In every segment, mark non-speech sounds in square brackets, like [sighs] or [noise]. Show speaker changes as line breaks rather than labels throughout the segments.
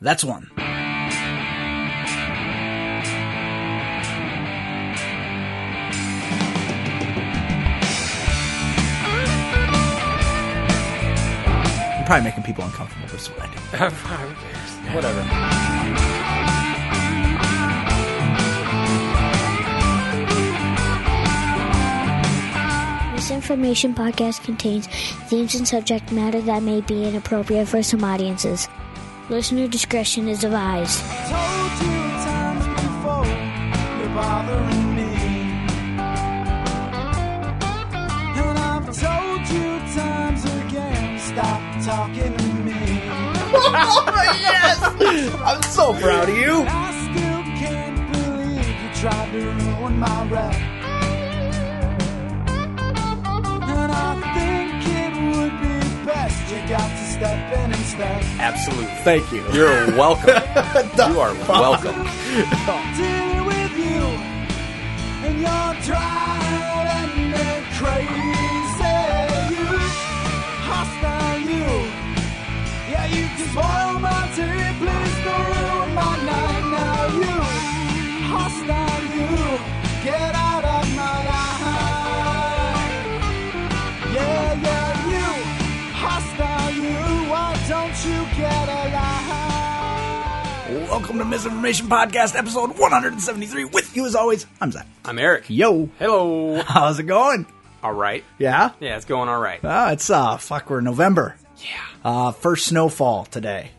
That's one. I'm probably making people uncomfortable with what I do.
Whatever.
This information podcast contains themes and subject matter that may be inappropriate for some audiences. Listener discretion is advised.
Told you times before, you're bothering me. And I've told you times again, stop talking to
[laughs]
me.
I'm so proud of you.
I still can't believe you tried to ruin my rep. And I think it would be best you got to step in and step.
Absolutely.
Thank you.
You're welcome. you are welcome.
dealing with you and you're driving me crazy. You hostile you. Yeah, you can spoil my day, please don't ruin my night. Now you hostile you. Get out of my life. Yeah, yeah, you hostile you. Why don't you get alive?
[laughs] Welcome to Misinformation Podcast, episode 173. With you as always, I'm Zach.
I'm Eric.
Yo,
Hello. [laughs]
how's it going?
All right.
Yeah.
Yeah, it's going all right.
Ah, it's uh, fuck. We're in November.
Yeah.
Uh, first snowfall today.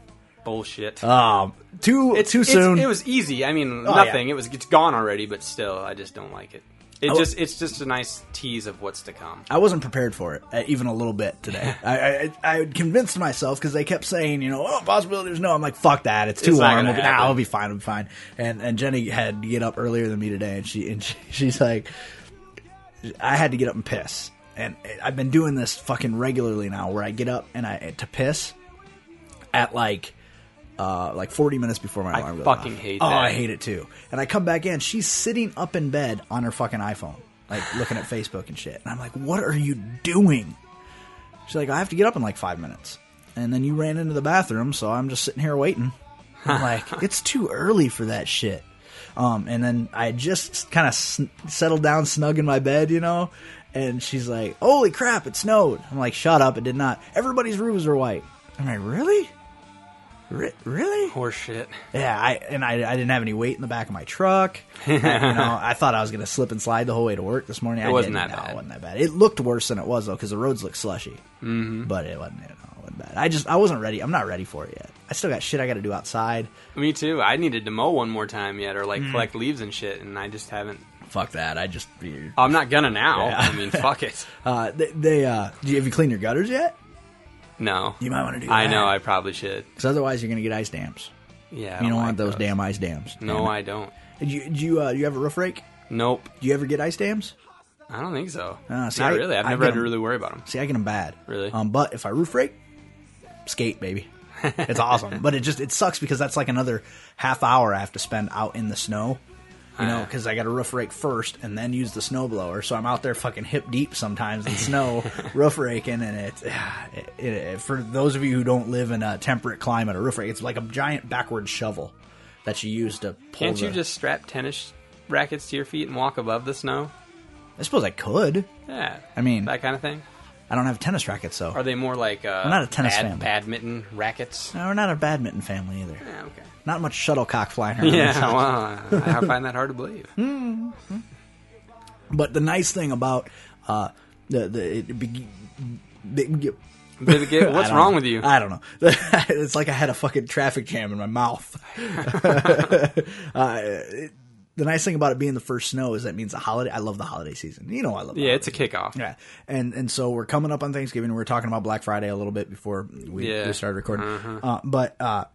Bullshit.
Um, too too soon.
it was easy. I mean,
Oh,
nothing.
yeah.
It was it's gone already, but still, I just don't like it. It
I w-
just it's just a nice tease of what's to come.
I wasn't prepared for it uh, even a little bit
[laughs]
today. I, I I had convinced myself because they kept saying, you know, oh, possibility there's no. I'm like, fuck that. It's too
It's not
warm.
gonna
We'll be,
happen.
nah, I'll be fine. I'll be fine. And and Jenny had to get up earlier than me today, and she and [laughs] she, she's like, I had to get up and piss. And I've been doing this fucking regularly now, where I get up and I to piss at like uh, like 40 minutes before my alarm goes
fucking
off.
hate
oh,
that.
I hate it too. And I come back in, she's sitting up in bed on her fucking iPhone, like looking
[laughs]
at Facebook and shit. And I'm like, what are you doing? She's like, I have to get up in like five minutes. And then you ran into the bathroom, so I'm just sitting here waiting.
[laughs]
I'm like, it's too early for that shit. Um, and then I just kind of sn- settled down snug in my bed, you know? And she's like, holy crap, it snowed. I'm like, shut up, it did not. Everybody's roofs are white. I'm like, really? Re- really?
Horseshit.
Yeah, I and I, I didn't have any weight in the back of my
[laughs]
truck. I, you know, I thought I was going to slip and slide the whole way to work this morning.
It
I
wasn't
didn't.
that
No,
bad.
It wasn't that bad. It looked worse than it was though, because the roads look slushy. Mm-hmm. But it wasn't. You know, it wasn't bad. I just I wasn't ready. I'm not ready for it yet. I still got shit I got to do outside.
Me too. I needed to mow one more time yet, or like
Mm.
collect leaves and shit, and I just haven't. oh,
Fuck that. I just
I'm not gonna now.
Yeah.
I mean, fuck it.
[laughs] uh, they, they uh, do you- have you cleaned your gutters yet?
No.
You might wanna do
I
that.
know. I probably should.
Because otherwise you're going to get ice dams.
Yeah. I
you don't
like
want those damn ice dams.
No, I don't.
Did you do you, uh, you have a roof rake?
Nope.
Do you ever get ice dams?
I don't think so.
Uh, see,
not
I-
really. I've
I
never
get
had to
'em.
really worry about them.
See, I get them bad.
Really?
Um, but if I roof rake, skate,
[laughs]
baby. It's awesome. but it just it sucks because that's like another half hour I have to spend out in the snow. You know,
Uh-huh.
because I got to roof rake first and then use the snow blower. So I'm out there fucking hip deep sometimes in
[laughs]
snow roof raking, and it's it, it, it- for those of you who don't live in a temperate climate, a roof rake it's like a giant backward shovel that you use to pull.
Can't you
the-
just strap tennis rackets to your feet and walk above the snow?
I suppose I could.
Yeah.
I mean-
that kind of thing.
I don't have tennis rackets though.
Are they more like uh,
I'm not a tennis fan.
badminton
[laughs]
rackets?
No, we're not a badminton family either.
Yeah, okay.
Not much shuttlecock flying around.
Yeah, well, I find that hard to believe.
Hmm. But the nice thing about uh, the the it be, be-
Did it get-
[laughs]
what's
I don't
wrong
know.
with you?
I don't know. [laughs] it's like I had a fucking traffic jam in my mouth. [laughs] uh, it- the nice thing about it being the first snow is that means the holiday. I love the holiday season. You know, I love. the
yeah, it's a
holiday
kickoff.
season. Yeah, and and so we're coming up on Thanksgiving. We were talking about Black Friday a little bit before we,
Yeah. Uh-huh.
we started recording. Uh, but uh,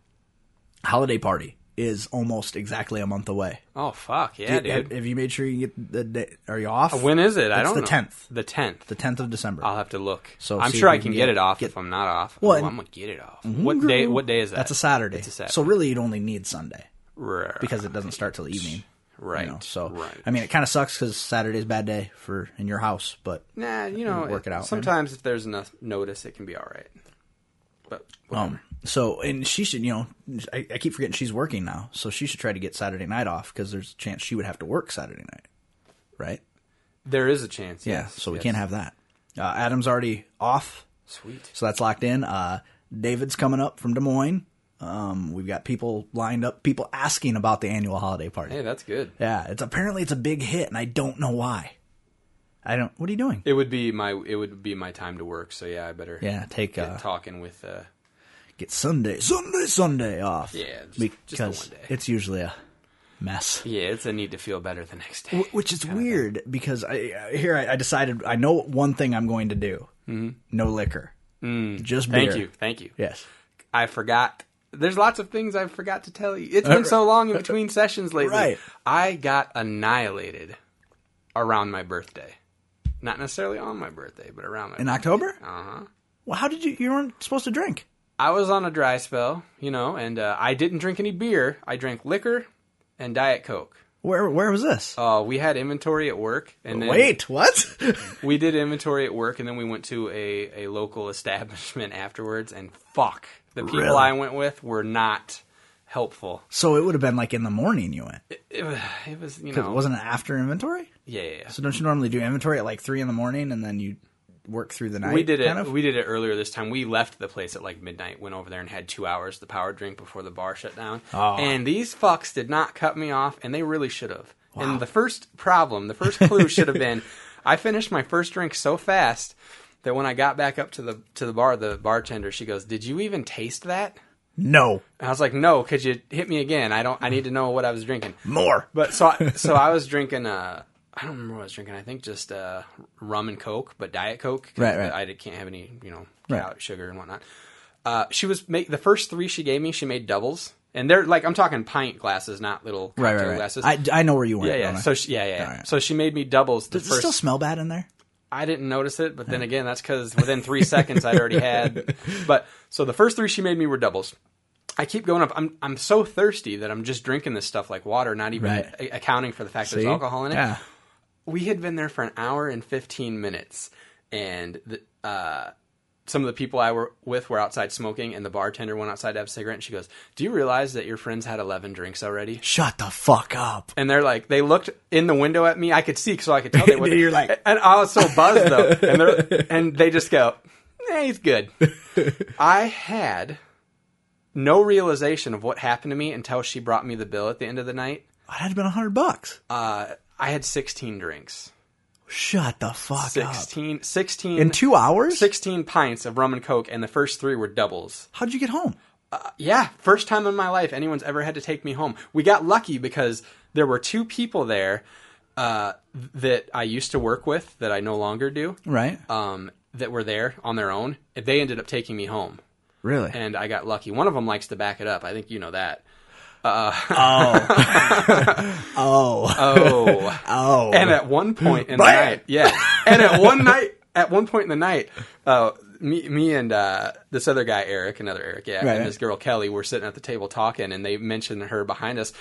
holiday party is almost exactly a month away.
Oh fuck yeah, dude.
Have, have you made sure you get the day? Are you off?
when is it? Ah, I
It's
don't
the
know.
10th.
The tenth.
The 10th of December.
I'll have to look.
So,
I'm
see
sure
if
I
we
can
can
get
get-
it off
get-
if I'm not off.
Well,
Oh,
and-
I'm gonna get it off. What day? What day is that?
That's a Saturday.
It's a Saturday.
So really, you'd only need Sunday
Right.
because it doesn't start till the evening.
Right.
You know? So
Right.
I mean, it kind of sucks because Saturday's a bad day for in your house, but
Nah, you know,
Work it out, man.
Sometimes if there's enough notice, it can be all right. But
Um, so, and she should, you know, I, I keep forgetting she's working now, so she should try to get Saturday night off because there's a chance she would have to work Saturday night, right?
there is a chance.
Yeah,
yes,
so we
yes.
can't have that. Uh, Adam's already off,
Sweet.
so that's locked in. Uh, David's coming up from Des Moines. Um, we've got people lined up, people asking about the annual holiday party.
Hey, that's good.
Yeah, it's apparently it's a big hit, and I don't know why. I don't. What are you doing?
It would be my it would be my time to work. So yeah, I better
Yeah, take
get
uh,
talking with. Uh,
get Sunday, Sunday, Sunday off.
Yeah, just- just the
because
one day.
it's usually a mess.
yeah, it's a need to feel better the next day.
Wh- Which is weird because I I- here I, I decided I know one thing I'm going to do. Mm-hmm. No liquor, mm, just beer.
Thank you, thank you.
Yes,
I forgot. There's lots of things I forgot to tell you. It's
[laughs]
been so long in between sessions lately.
Right.
I got annihilated around my birthday. Not necessarily on my birthday, but around my
in
birthday.
October. Uh huh.
uh-huh.
Well, how did you? You weren't supposed to drink.
I was on a dry spell, you know, and uh, I didn't drink any beer. I drank liquor and Diet Coke.
Where Where was this?
Uh, we had inventory at work, and then
Wait, what? [laughs]
[laughs] we did inventory at work, and then we went to a, a local [laughs] establishment afterwards. And fuck, the people
Really?
I went with were not helpful.
so it would have been like in the morning you went.
It [sighs] was, it was you
Because
know,
it wasn't after inventory.
yeah, yeah, yeah.
So don't you normally do inventory at like three in the morning and then you work through the night?
We did it.
kind of?
We did it earlier this time. We left the place at like midnight, went over there and had two hours the power drink before the bar shut down.
Oh.
And these fucks did not cut me off, and they really should have. And the first problem, the first clue should
[laughs]
have been, I finished my first drink so fast that when I got back up to the to the bar, the bartender she goes, "Did you even taste that?"
no
And I was like, "No, could you hit me again? I don't. I need to know what I was drinking."
more.
But so
[laughs]
I, so I was drinking. Uh, I don't remember what I was drinking. I think just uh, rum and Coke, but Diet Coke. 'cause
Right, right.
I did- can't have any, you know,
Right.
out sugar and whatnot. Uh, she was make the first three she gave me. She made doubles, and they're like I'm talking pint glasses, not little cocktail
right, right, right.
glasses.
I, I know where you went.
yeah, yeah.
don't I?
So she, yeah, yeah. yeah.
All right.
So she made me doubles. The
does it
first,
still smell bad in there?
I didn't notice it, but then again, that's because within three seconds I'd
[laughs]
already had. But so the first three she made me were doubles. I keep going up. I'm I'm so thirsty that I'm just drinking this stuff like water, not even
Right.
a- accounting for the fact there's alcohol in it.
Yeah.
We had been there for an hour and fifteen minutes, and the, uh, some of the people I were with were outside smoking, and the bartender went outside to have a cigarette. And she goes, "Do you realize that your friends had eleven drinks already?"
Shut the fuck up.
and they're like they looked in the window at me. I could see, so I could
[laughs]
tell they. would
You're like-
and I was so buzzed though,
[laughs]
and they and they just go, "Eh, he's good." I had no realization of what happened to me until she brought me the bill at the end of the night.
It had been a hundred bucks.
Uh, I had sixteen drinks,
Shut the fuck up.
16, 16
In two hours?
16 pints of rum and coke, and the first three were doubles.
How'd you get home?
Yeah, first time in my life anyone's ever had to take me home. We got lucky because there were two people there uh, that I used to work with that I no longer do,
Right.
um, that were there on their own. They ended up taking me home,
really?
and I got lucky. One of them likes to back it up. I think you know that.
oh.
Oh,
oh.
and
[laughs]
at one point in the
Bam!
night, yeah, and
[laughs]
at one night, at one point in the night, uh, me, me and uh, this other guy, Eric, another Eric, yeah,
Right,
and
right.
this girl Kelly, were sitting at the table talking, and they mentioned her behind us.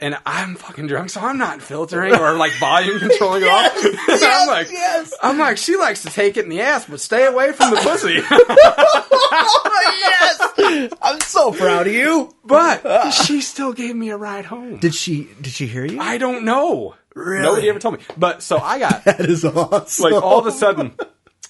And I'm fucking drunk, so I'm not filtering or like volume controlling at all. And [laughs] I'm
[laughs]
like,
yes.
I'm like, she likes to take it in the ass, but stay away from the pussy. [laughs]
yes! I'm so proud of you.
but she still gave me a ride home.
Did she did she hear you?
I don't know.
Really?
Nobody ever told me. But so I got
that is awesome.
like all of
[laughs]
a sudden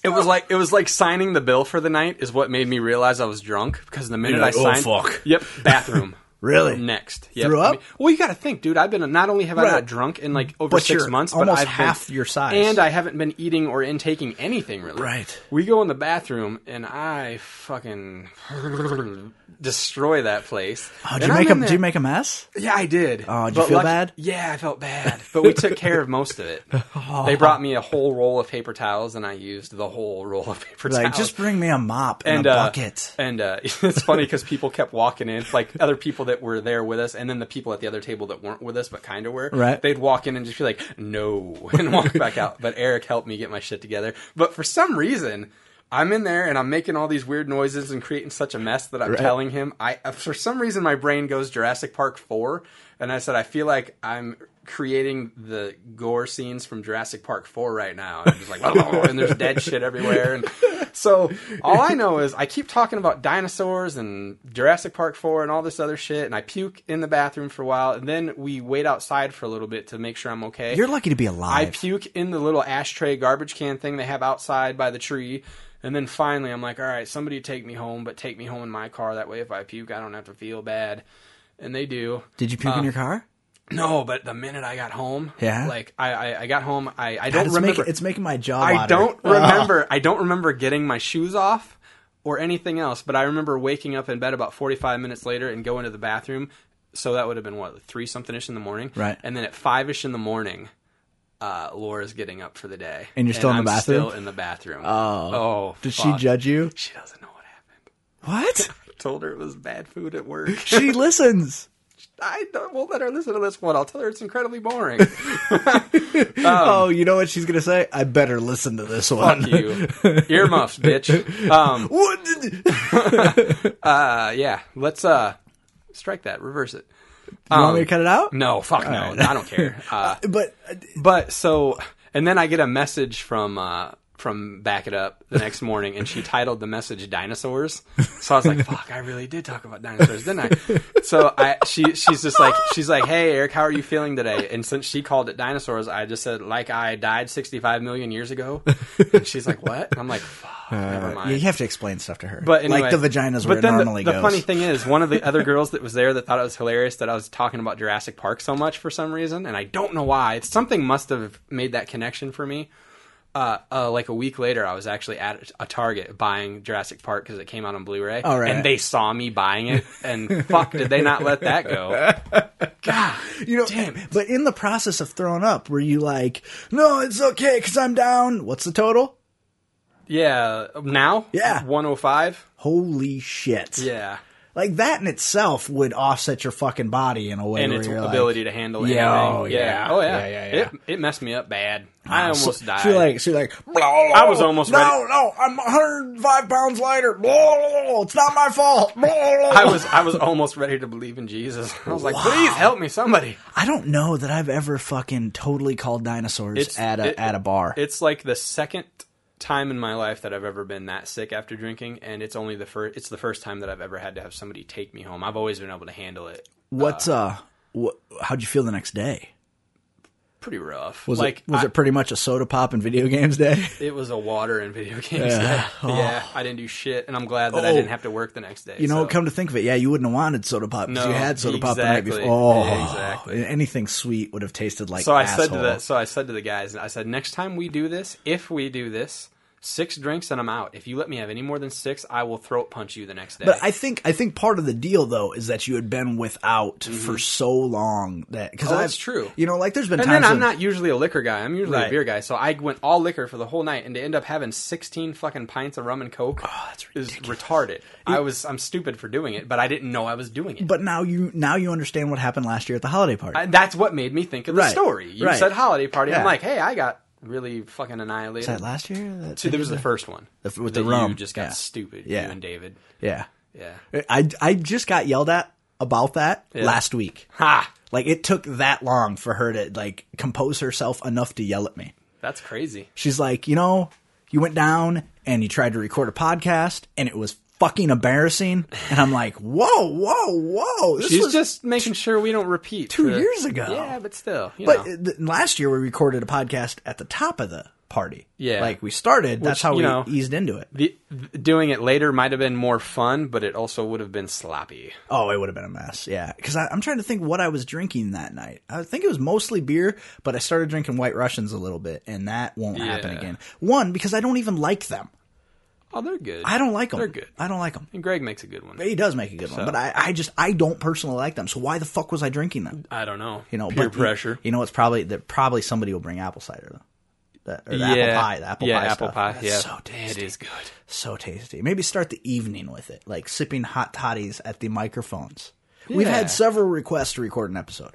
it was like it was like signing the bill for the night is what made me realize I was drunk because the minute
You're like,
I
"Oh,
signed
fuck."
yep bathroom [laughs]
Really?
next yep.
Threw up?
well you got to think dude I've been not only have I
Right.
not drunk in like over
But
6
you're
months but
almost
I've
half
been,
your size.
and I haven't been eating or intaking anything really
Right.
we go in the bathroom and I fucking [laughs] destroy that place
Oh, did you
And I'm
make
in
a
there-
did you make a mess?
yeah, I did.
Oh, did you
But
feel
luck-
bad?
Yeah, I felt bad. But we took care of most
[laughs]
of it. They brought me a whole roll of paper towels, and I used the whole roll of paper
Like
towels.
just bring me a mop and,
and
a
uh,
bucket.
and uh, [laughs] it's funny because people kept walking in, like other people that were there with us, and then the people at the other table that weren't with us but kind of were.
Right.
They'd walk in and just be like, "No," [laughs] and walk back out. But Eric helped me get my shit together. But for some reason. I'm in there and I'm making all these weird uh, noises and creating such a mess that I'm telling him. I for some reason my brain goes Jurassic Park four and I said I feel like I'm creating the gore scenes from Jurassic Park 4 right now. And, I'm just like, oh, and there's dead shit everywhere. And so all I know is I keep talking about dinosaurs and Jurassic Park 4 and all this other shit, and I puke in the bathroom for a while, and then we wait outside for a little bit to make sure I'm okay.
You're lucky to be
I
alive.
puke in the little ashtray garbage can thing they have outside by the tree. And then finally, I'm like, all right, somebody take me home, but take me home in my car. That way, if I puke, I don't have to feel bad. And they do.
Did you puke
Uh,
in your car?
No, but the minute I got home,
Yeah?
like I, I, I got home, I, I
God,
don't
it's,
remember.
making, it's Oh. making my job.
I
odder. [laughs]
don't
Ugh.
remember. I don't remember getting my shoes off or anything else. But I remember waking up in bed about 45 minutes later and going to the bathroom. So that would have been what three something ish in the morning,
Right.
And then at five ish in the morning, uh, Laura's getting up for the day,
And you're still in the
I'm
bathroom?
Still in the bathroom. Oh, oh,
Did
fuck.
she judge you?
She doesn't know what happened.
What?
I told her it was bad food at
[laughs]
work. [laughs]
she listens.
I don't, won't let her listen to this one. I'll tell her it's incredibly boring.
oh, you know what she's gonna say? I better listen to this one.
Um, Fuck you, earmuffs, bitch. [laughs] Um,
[laughs] What did- you
Uh, yeah, let's uh strike that, reverse it.
want me
Um,
to cut it out?
No, fuck no, I don't care. Uh,
But uh,
but so, and then I get a message from uh from Back It Up the next morning, and she titled the message "Dinosaurs." So I was like, "Fuck, I really did talk about dinosaurs, didn't I?" So I she she's just like she's like, "Hey, Eric, how are you feeling today?" And since she called it dinosaurs, I just said like I died sixty five million years ago. And she's like, "What?" And I'm like, "Fuck, never mind."
you have to explain stuff to her.
But anyway,
like the vaginas
but
where it
then the-
normally
the,
goes.
funny thing is, one of the
[laughs]
other girls that was there that thought it was hilarious that I was talking about Jurassic Park so much for some reason, and I don't know why. It's something must have made that connection for me. Uh, uh, like a week later, I was actually at a Target buying Jurassic Park because it came out on Blu-ray,
All Oh, right.
and they saw me buying it, and fuck, did they not let that
[laughs]
go? God,
you know,
damn it.
But in the process of throwing up, were you like, "No, it's okay because I'm down." What's the total?
yeah. Now,
Yeah.
one
[sighs]
oh five,
Holy shit!
yeah,
Like that in itself would offset your fucking body in a way.
and
where
its
you're
ability to handle
Yeah,
anything,
oh, yeah.
oh yeah,
Yeah, yeah, yeah.
It, it messed me up bad.
Like,
I almost
so,
died.
She like, she like. I
was almost
no,
ready-
no. I'm 105 pounds lighter. Blah, blah, blah, It's not my fault. Blah, blah, blah.
I was I was almost ready to believe in Jesus. I was like, please help me, somebody.
I don't know that I've ever fucking totally called dinosaurs at a
it- uh,
at a bar.
It's like the second time in my life that I've ever been that sick after drinking, and it's only the first. It's the first time that I've ever had to have somebody take me home. I've always been able to handle it.
What's uh, what, how'd you feel the next day?
Pretty rough.
Was
like
it was
I-
it pretty much a soda pop and video games day? [laughs]
it was a water and video games.
Yeah.
Yeah, [laughs] yeah I didn't do shit, and I'm glad that I
Oh.
didn't have to work the next day.
You know,
so.
come to think of it, yeah, you wouldn't have wanted soda pop because
No,
you had soda pop the night before.
exactly.
Oh,
Exactly.
anything sweet would have tasted like.
So I
asshole.
said to the so I said to the guys, I said, next time we do this, if we do this, six drinks and I'm out. If you let me have any more than six, I will throat punch you the next day.
But I think I think part of the deal though is that you had been without for so long that because
Mm-hmm. Oh, that's true.
You know, like there's been
and
times
then I'm
when-
not usually a liquor guy. I'm usually
Right.
a beer guy. So I went all liquor for the whole night, and to end up having 16 fucking pints of rum and coke
Oh, that's
is retarded. I was I'm stupid for doing it, but I didn't know I was doing it.
But now you now you understand what happened last year at the holiday party.
And that's what made me think of the
Right.
story. You
Right.
said holiday party.
Yeah.
I'm like, hey, I got really fucking
was that
annihilated.
last year? That
Dude, that was the first one.
The- with the
That
rum.
You just got
Yeah.
stupid.
Yeah.
You and David.
[laughs] yeah.
Yeah.
I I just got yelled at about that last week.
Ha!
Like it took that long for her to like compose herself enough to yell at me.
That's crazy.
She's like, you know, you went down and you tried to record a podcast and it was fucking embarrassing. And I'm like, whoa, whoa, whoa. This
She's
was
just making sure we don't repeat.
two
the-
years ago.
Yeah, but still. You
But
know.
uh, th- last year we recorded a podcast at the top of the party.
Yeah.
Like we started, that's how
you
we
know-
eased into it.
The, th- doing it later might have been more fun, but it also would have been sloppy.
Oh, it would have been a mess. Yeah. Because I'm trying to think what I was drinking that night. I think it was mostly beer, but I started drinking white Russians a little bit, and that won't happen
Yeah.
again. One, because I don't even like them.
Oh, they're good.
I don't like them.
They're good.
I don't like them.
And Greg makes a good one.
He does make a good one, but I, I just I don't personally like them. So why the fuck was I drinking them?
I don't know.
You know,
peer
but you-
pressure.
You, know, it's probably that probably somebody will bring apple cider though. That, or the apple pie, the apple
yeah,
pie,
apple
stuff.
pie.
That's
yeah,
so tasty,
It is good.
so tasty. Maybe start the evening with it, like sipping hot toddies at the microphones. We've
Yeah.
had several requests to record an episode.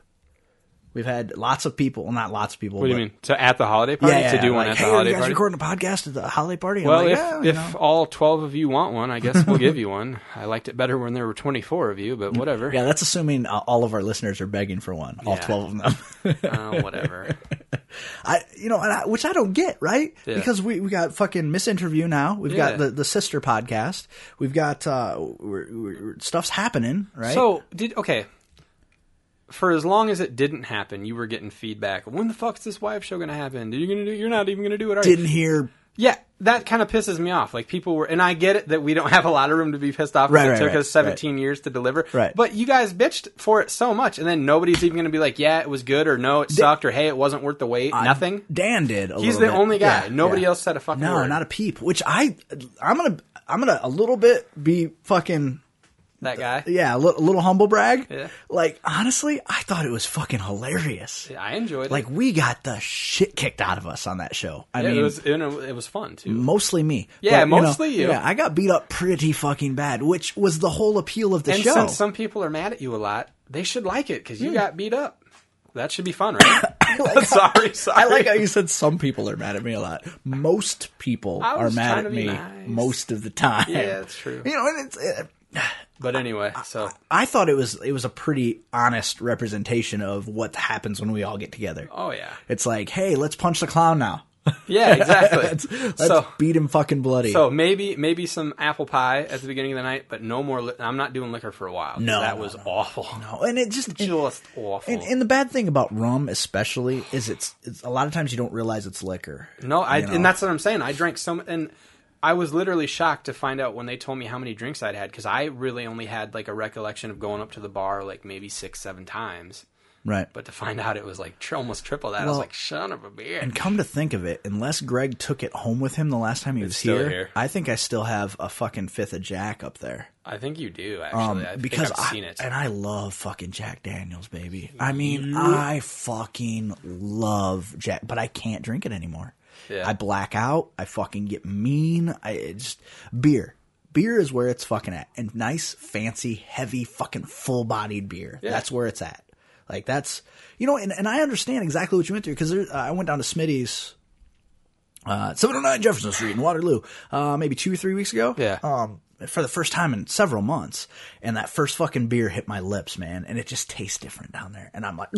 We've had lots of people, well, not lots of people.
What do you
but-
mean? So at the holiday
Yeah,
party
yeah,
to do
yeah,
one
like,
at the
hey, are
holiday
you guys
party.
recording a podcast at the holiday party? I'm
Well,
like,
if
"Yeah, you
if
know."
all twelve of you want one, I guess
[laughs]
we'll give you one. I liked it better when there were twenty four of you, but whatever.
yeah, that's assuming uh, all of our listeners are begging for one. All
Yeah.
twelve of them. [laughs]
Uh, whatever.
I, you know, and I, which I don't get, right?
Yeah.
Because we, we got fucking misinterview now. We've
Yeah.
got the, the sister podcast. We've got uh, we're, we're, stuff's happening, right?
So did okay. For as long as it didn't happen, you were getting feedback. When the fuck's this wife show gonna happen? Are you gonna do? You're not even gonna do it. Are you?
didn't hear.
Yeah, that kind of pisses me off. Like people were, and I get it that we don't [laughs] have a lot of room to be pissed off. 'cause
Right,
it
right,
took
right,
us 17 years to deliver.
Right.
But you guys bitched for it so much, and then nobody's even going to be like, "Yeah, it was good," or "No, it sucked," or "Hey, it wasn't worth the wait." Nothing.
Dan did. A
He's
little
the
bit.
only guy.
Yeah,
Nobody
yeah.
else said a fucking
No,
word.
not a peep. Which I, I'm gonna, I'm gonna a little bit be fucking
that guy.
yeah, a li- a little humble brag.
Yeah.
Like honestly, I thought it was fucking hilarious.
I enjoyed it.
Like we got the shit kicked out of us on that show. I
Yeah,
mean,
it was you know, it was fun too.
mostly me.
Yeah,
know,
mostly you.
Yeah, I got beat up pretty fucking bad, which was the whole appeal of the
And
show. Hmm.
since some people are mad at you a lot, they should like it because you got beat up. That should be
[laughs]
fun, right? [laughs] sorry,
[laughs]
sorry.
I
[laughs]
like how you said some people are mad at me a lot. Most people
I
are
was
mad
trying
at
to be
me
nice.
most of the time.
Yeah, that's true.
[laughs] You know, and it's. uh
But anyway,
[laughs]
so
I thought it was it was a pretty honest representation of what happens when we all get together.
oh yeah,
It's like, hey, let's punch the clown now.
yeah, exactly.
[laughs] Let's
so
beat him fucking bloody.
So maybe maybe some apple pie at the beginning of the night, but no more. Li- I'm not doing liquor for a while. 'cause
No,
that
no,
was
no.
awful.
No, Oh, and it just
[laughs] Just awful.
And, and the bad thing about rum, especially, is it's, it's a lot of times you don't realize it's liquor.
no, I
you know.
and that's what I'm saying. I drank some, and I was literally shocked to find out when they told me how many drinks I'd had because I really only had like a recollection of going up to the bar like maybe six, seven times.
right.
But to find out it was like tr- almost triple that, I was
Well,
like, "Son of a bitch!"
and come to think of it, unless Greg took it home with him the last time he was
still
here,
here.
I think I still have a fucking fifth of Jack up there.
I think you do actually.
Um,
I think
because
I've
I-
seen it.
and I love fucking Jack Daniels, baby. I mean, I fucking love Jack, but I can't drink it anymore.
Yeah.
I black out. I fucking get mean. I it just beer. Beer is where it's fucking at, and nice, fancy, heavy, fucking full-bodied beer. That's where it's at. Like that's you know, and, and I understand exactly what you went through because uh, I went down to Smitty's. Uh, 709 Jefferson Street in Waterloo, uh, maybe two or three weeks ago
Yeah.
um, for the first time in several months. And that first fucking beer hit my lips, man. And it just tastes different down there. And I'm like,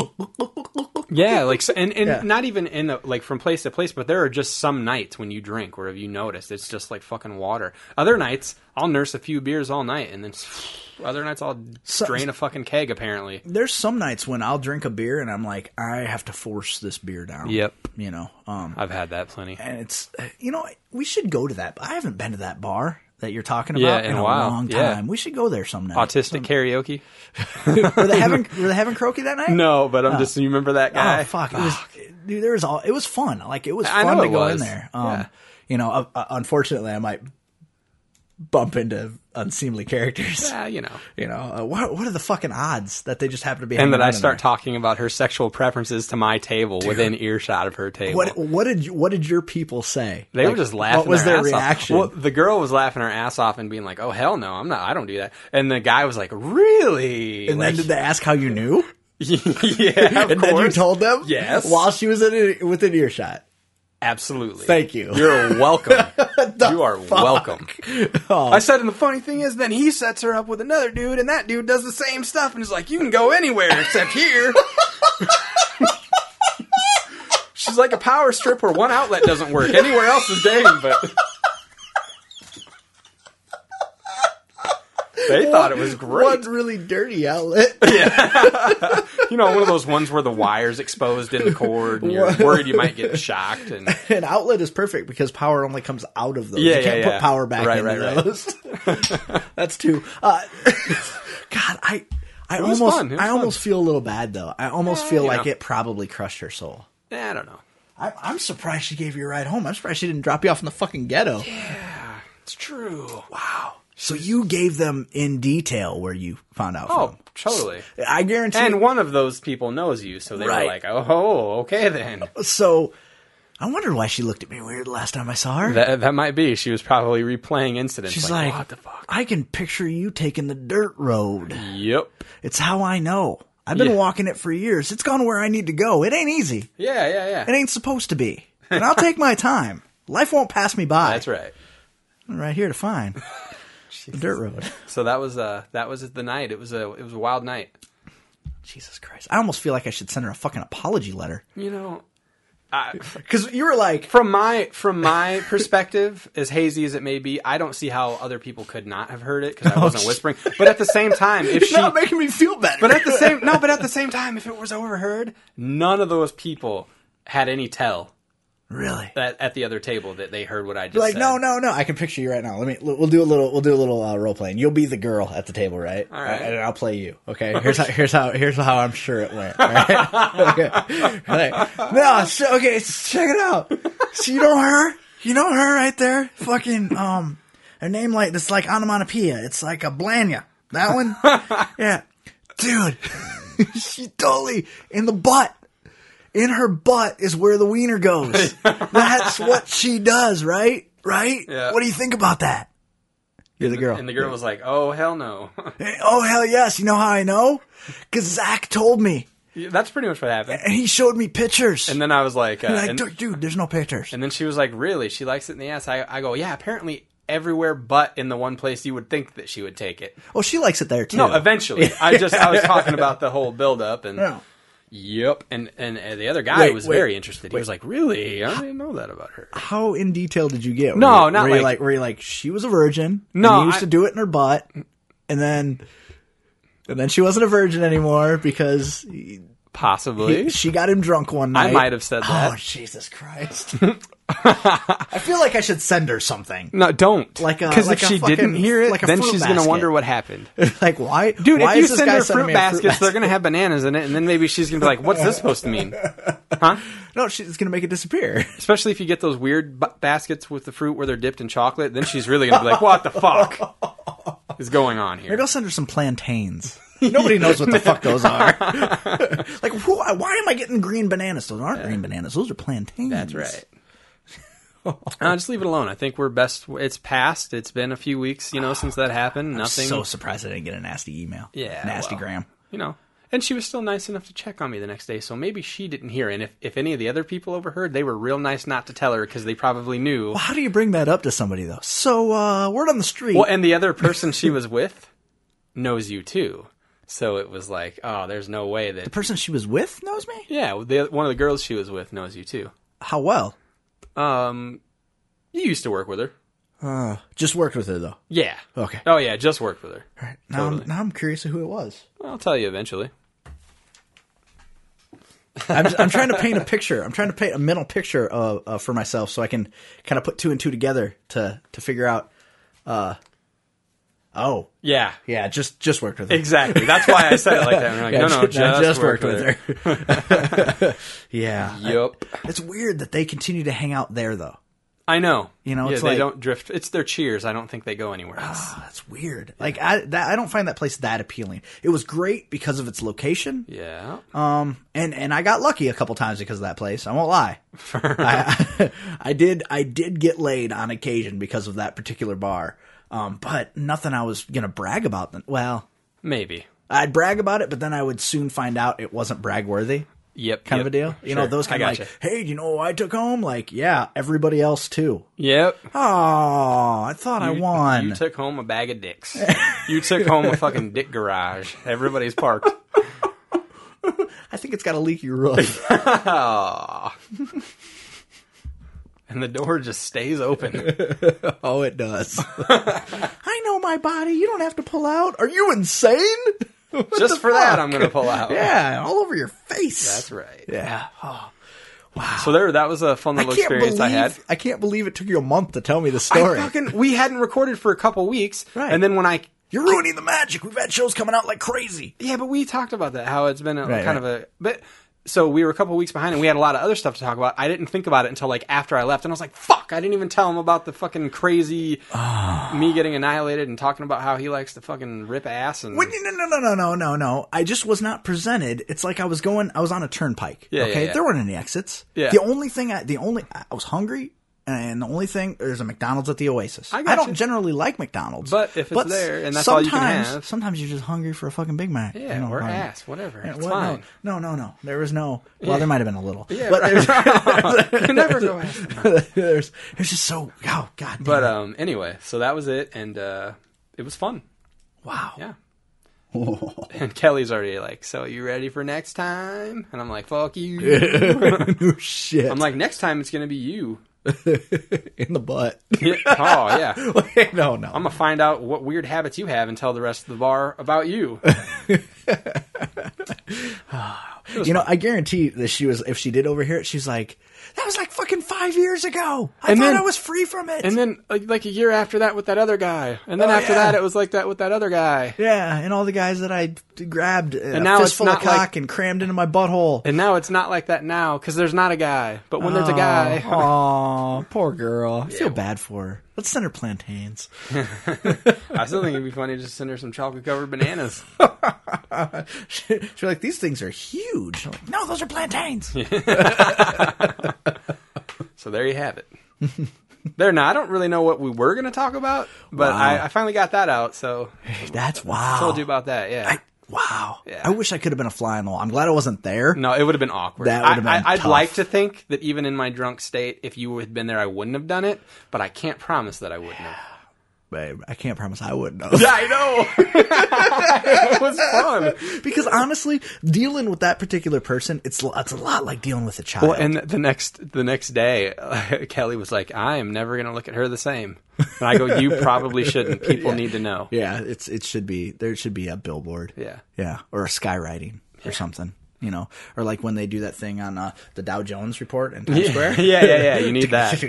Yeah, like so, and and not even in the like from place to place, but there are just some nights when you drink where have you noticed it's just like fucking water. Other nights I'll nurse a few beers all night and then [laughs] other nights I'll drain a fucking keg apparently.
there's some nights when I'll drink a beer and I'm like, I have to force this beer down.
Yep.
You know, um,
I've had that plenty.
and it's, you know, we should go to that. I haven't been to that bar that you're talking
Yeah,
about
in
in
a
a
while.
long
Yeah.
time. We should go there some night.
Autistic karaoke?
were they having, were they having croaky that night?
No, but I'm just you remember that guy?
Oh fuck! It was, dude, there was all. It was fun. Like it was
I
fun
know
to
it
go in
was.
there. Um,
Yeah.
You know, uh, uh, unfortunately, I might bump into unseemly characters.
Yeah, you know.
You know, uh, what what are the fucking odds that they just happen to be?
And
hanging
that
out
I
in
start
there?
talking about her sexual preferences to my table within earshot of her table.
What what did you, what did your people say?
They
Like,
were just laughing.
What was their,
ass off.
reaction?
Well, the girl was laughing her ass off and being like, "Oh hell no, I'm not. I don't do that." And the guy was like, "Really?"
and then did they ask how you
[laughs]
knew?
yeah,
[laughs]
of
And then you
course.
told them
Yes.
while she was in within earshot.
absolutely.
Thank you.
You're
[laughs]
welcome. you are welcome.
Oh,
I said, and the funny thing is, then he sets her up with another dude, and that dude does the same stuff, and is like, "You can go anywhere except here." [laughs] She's like a power strip where one outlet doesn't work. Anywhere else is game, but. They thought it was great.
One really dirty outlet.
You know, one of those ones where the wire's exposed in the cord and you're worried you might get shocked. And
an outlet is perfect because power only comes out of those.
Yeah,
you can't
yeah,
put
yeah.
power back
Right,
into
right, right.
those. [laughs] That's two. Uh, God, I, I
was
almost,
fun. It was
I
fun.
almost feel a little bad though. I almost feel
you
like
know.
it probably crushed her soul.
eh, I don't know.
I, I'm surprised she gave you a ride home. I'm surprised she didn't drop you off in the fucking ghetto.
It's true. Wow.
So you gave them in detail where you found out.
Oh, totally.
from. I guarantee.
And one of those people knows you, so they
Right.
were like, "Oh, okay [laughs] then."
so, I wonder why she looked at me weird last time I saw her.
That that might be. She was probably replaying incidents.
She's like,
"What the fuck?"
I can picture you taking the dirt road.
Yep.
It's how I know. I've been
Yeah.
walking it for years. It's gone where I need to go. It ain't easy.
Yeah, yeah, yeah.
It ain't supposed to be. But I'll take my time. Life won't pass me by.
That's right.
I'm right here to find
[laughs]
the dirt road.
So that was uh that was the night. It was a it was a wild night.
Jesus Christ. I almost feel like I should send her a fucking apology letter.
You know, I,
Because you were like,
from my from my [laughs] perspective, as hazy as it may be, I don't see how other people could not have heard it because I wasn't whispering. But at the same time, [laughs] if
[laughs]
she,
you're not making me feel better.
but at the same no, but at the same time, if it was overheard, none of those people had any tell
[laughs] really?
at, at the other table that they heard what I just
Like,
said.
no, no, no. I can picture you right now. Let me, we'll do a little, we'll do a little uh, role playing. You'll be the girl at the table, right? All
right.
And I'll play you.
[laughs]
Okay. Here's how, here's how, here's how I'm sure it went. all Right? [laughs] okay. Like, no, so, okay. so Check it out. So you know her? You know her right there? Fucking, um, her name like, it's like onomatopoeia. It's like a blanya. That
[laughs]
one? yeah. Dude, [laughs] she totally in the butt. In her butt is where the wiener
[laughs]
goes. That's what she does, right? Right?
Yeah.
What do you think about that? You're the girl.
And the girl was like, "Oh hell no!" [laughs]
Hey, Oh, hell yes. You know how I know? Because Zach told me,
That's pretty much what happened.
and he showed me pictures.
And then I was like, uh,
like,
and-
dude, dude, there's no pictures.
And then she was like, "Really? She likes it in the ass?" I, I go, "Yeah, apparently everywhere but in the one place you would think that she would take it."
oh, she likes it there, too.
No, eventually. I just I
[laughs]
was talking about the whole build up and
No.
yep, and, and and the other guy
Wait,
was
wait,
very interested. He was like, "Really? I didn't know that about her."
How in detail did you get?
No,
Were you-
not
were you
like-
like. Were you like, she was a virgin.
No,
and used
I-
to do it in her butt. And then. And then she wasn't a virgin anymore because
Possibly.
She got him drunk one
I
night.
might have said
Oh,
that.
Jesus Christ. [laughs] I feel like I should send her something.
no, don't.
Like a-
because
like
if
a
she
fucking-
didn't hear it,
like a
then
fruit
she's gonna
basket.
wonder what happened.
like, why?
[laughs] Dude,
why
if you
is this
send
guy
her
sending
fruit
me a
baskets, they're gonna have bananas in it, and then maybe she's gonna be like, "What's this supposed to mean?" Huh?
No, she's going to make it
[laughs]
disappear.
Especially if you get those weird b- baskets with the fruit where they're dipped in chocolate, then she's really gonna be like, "What the fuck is going on here?"
Maybe I'll send her some
[laughs]
plantains. Nobody knows what the fuck those are. [laughs] like, who, why am I getting green bananas? Those aren't green bananas. Those are plantains.
That's [laughs] right. no, Uh, just leave it alone. I think we're best. It's past. It's been a few weeks, you know, since that happened. Nothing.
So surprised I didn't get a nasty email.
Yeah,
Nasty
well.
gram.
you know. And she was still nice enough to check on me the next day, so maybe she didn't hear. And if, if any of the other people overheard, they were real nice not to tell her because they probably knew.
How do you bring that up to somebody, though? So, uh, word on the street.
Well, and the other person she was with knows you too, so it was like, oh, there's no way
the
that.
person she was with knows me?
Yeah, the, one of the girls she was with knows you too.
How well?
Um, you used to work with her.
Just worked with her, though.
Yeah.
Okay.
Oh yeah, just worked with her.
Right. Now,
Totally.
I'm, now I'm curious of who it was.
I'll tell you eventually.
I'm, just, I'm trying to paint a picture. I'm trying to paint a mental picture uh, uh, for myself so I can kind of put two and two together to to figure out. Uh, oh
Yeah.
yeah, just just worked with her.
Exactly. That's why I said it like that. I'm
[laughs]
like,
Yeah,
no, no,
I
just, worked, with, her.
her. [laughs] yeah,
Yup.
it's weird that they continue to hang out there though.
I know.
You know,
yeah,
it's
they
like-
don't drift. It's their cheers. I don't think they go anywhere else.
Oh, that's weird. Like I that, I don't find that place that appealing. It was great because of its location.
yeah.
Um, and and I got lucky a couple times because of that place. I won't
[laughs]
lie. I, [laughs] I did I did get laid on occasion because of that particular bar. Um, but nothing I was gonna brag about. Then. Well,
Maybe.
I'd brag about it, but then I would soon find out it wasn't brag worthy.
Yep.
Kind
yep.
of a deal, you know.
Sure.
Those
I
kind of like,
gotcha.
hey, do you know what I took home? Like, yeah, everybody else too.
Yep.
Oh, I thought I won.
You took home a bag of dicks.
[laughs]
you took home a fucking dick garage. Everybody's parked.
I think it's got a leaky
[laughs]
roof.
And the door just stays open.
oh, it
[laughs]
does. I know my body. You don't have to pull out. Are you insane?
just for that, I'm going to pull out.
Yeah, [laughs] all over your face.
That's right.
Yeah.
So there, that was a fun
I
little
can't
experience
believe
I had.
I can't believe it took you a month to tell me the story.
I fucking, we hadn't recorded for a couple weeks.
Right.
And then when I
You're ruining the magic. We've had shows coming out like crazy.
Yeah, but we talked about that. How it's been a,
Right,
kind
right.
of a but. So we were a couple weeks behind, and we had a lot of other stuff to talk about. I didn't think about it until like after I left, and I was like, "Fuck!" I didn't even tell him about the
[sighs]
fucking crazy me getting annihilated and talking about how he likes to fucking rip ass and
Wait, No, no, no, no, no, no, no. I just was not presented. It's like I was going. I was on a turnpike.
Yeah, yeah,
okay,
yeah.
there weren't any exits.
Yeah.
The only thing I, the only I was hungry And the only thing there's a McDonald's at the Oasis.
I gotcha.
don't generally like McDonald's,
But if it's there and that's all you can
sometimes-
have-
sometimes you're just hungry for a fucking Big Mac.
Yeah,
You know,
or
probably.
ass, whatever.
Yeah,
It's
what?
fine.
No, no, no, no. There was no. Well, there might have been a little.
Yeah,
but
right. [laughs] never go ask them.
there's, [laughs] there's there's just so oh god. damn
But
it.
um, anyway, so that was it, and uh, it was fun. [laughs]
wow.
Yeah. And Kelly's already like, "So you ready for next time?" And I'm like, "Fuck you."
[laughs] no shit.
I'm like, "Next time it's gonna be you."
[laughs] in the butt. [laughs]
Yeah. [laughs] oh yeah.
no, no.
I'm gonna find out what weird habits you have and tell the rest of the bar about you.
[laughs] you know, I guarantee that she was if she did overhear it, she's like, "That was like fucking five years ago. I
And
thought
then-
I was free from it."
And then like, like a year after that with that other guy, and then
Oh,
after
yeah.
that it was like that with that other guy,
yeah, and all the guys that I d- grabbed and a
now it's
fistful of
not like-
cock and crammed into my butthole. [laughs]
and now it's not like that now because there's not a guy, but when there's a guy, [laughs]
Oh, poor girl. I feel bad for her. Let's send her plantains. [laughs]
I still think it'd be funny to just send her some chocolate covered bananas.
She- She's like, these things are
Oh.
huge. I'm like, no, those are plantains.
So there you have it. [laughs] there now, I don't really know what we were going to talk about, but
Wow.
I, I finally got that out. So
That's wow.
told you about that. Yeah.
I, wow.
Yeah.
I wish I could have been a fly on the wall. I'm glad I wasn't there.
no, it would have been awkward.
That would've
I,
been
I, I'd
tough.
like to think that even in my drunk state, if you had been there, I wouldn't have done it, but I can't promise that I
[sighs]
wouldn't have.
Babe, I can't promise I wouldn't
[laughs]
know. [laughs]
I know. it was fun.
because honestly, dealing with that particular person, it's l- it's a lot like dealing with a child.
Well, and the next the next day, [laughs] Kelly was like, "I am never going to look at her the same." And I
[laughs]
go, "You probably shouldn't. People need to know."
yeah, it's it should be there should be a billboard.
Yeah.
yeah, or a skywriting or something. You know, or like when they do that thing on uh, the Dow Jones report in Times Square.
[laughs] yeah, yeah, yeah. You
[laughs]
need that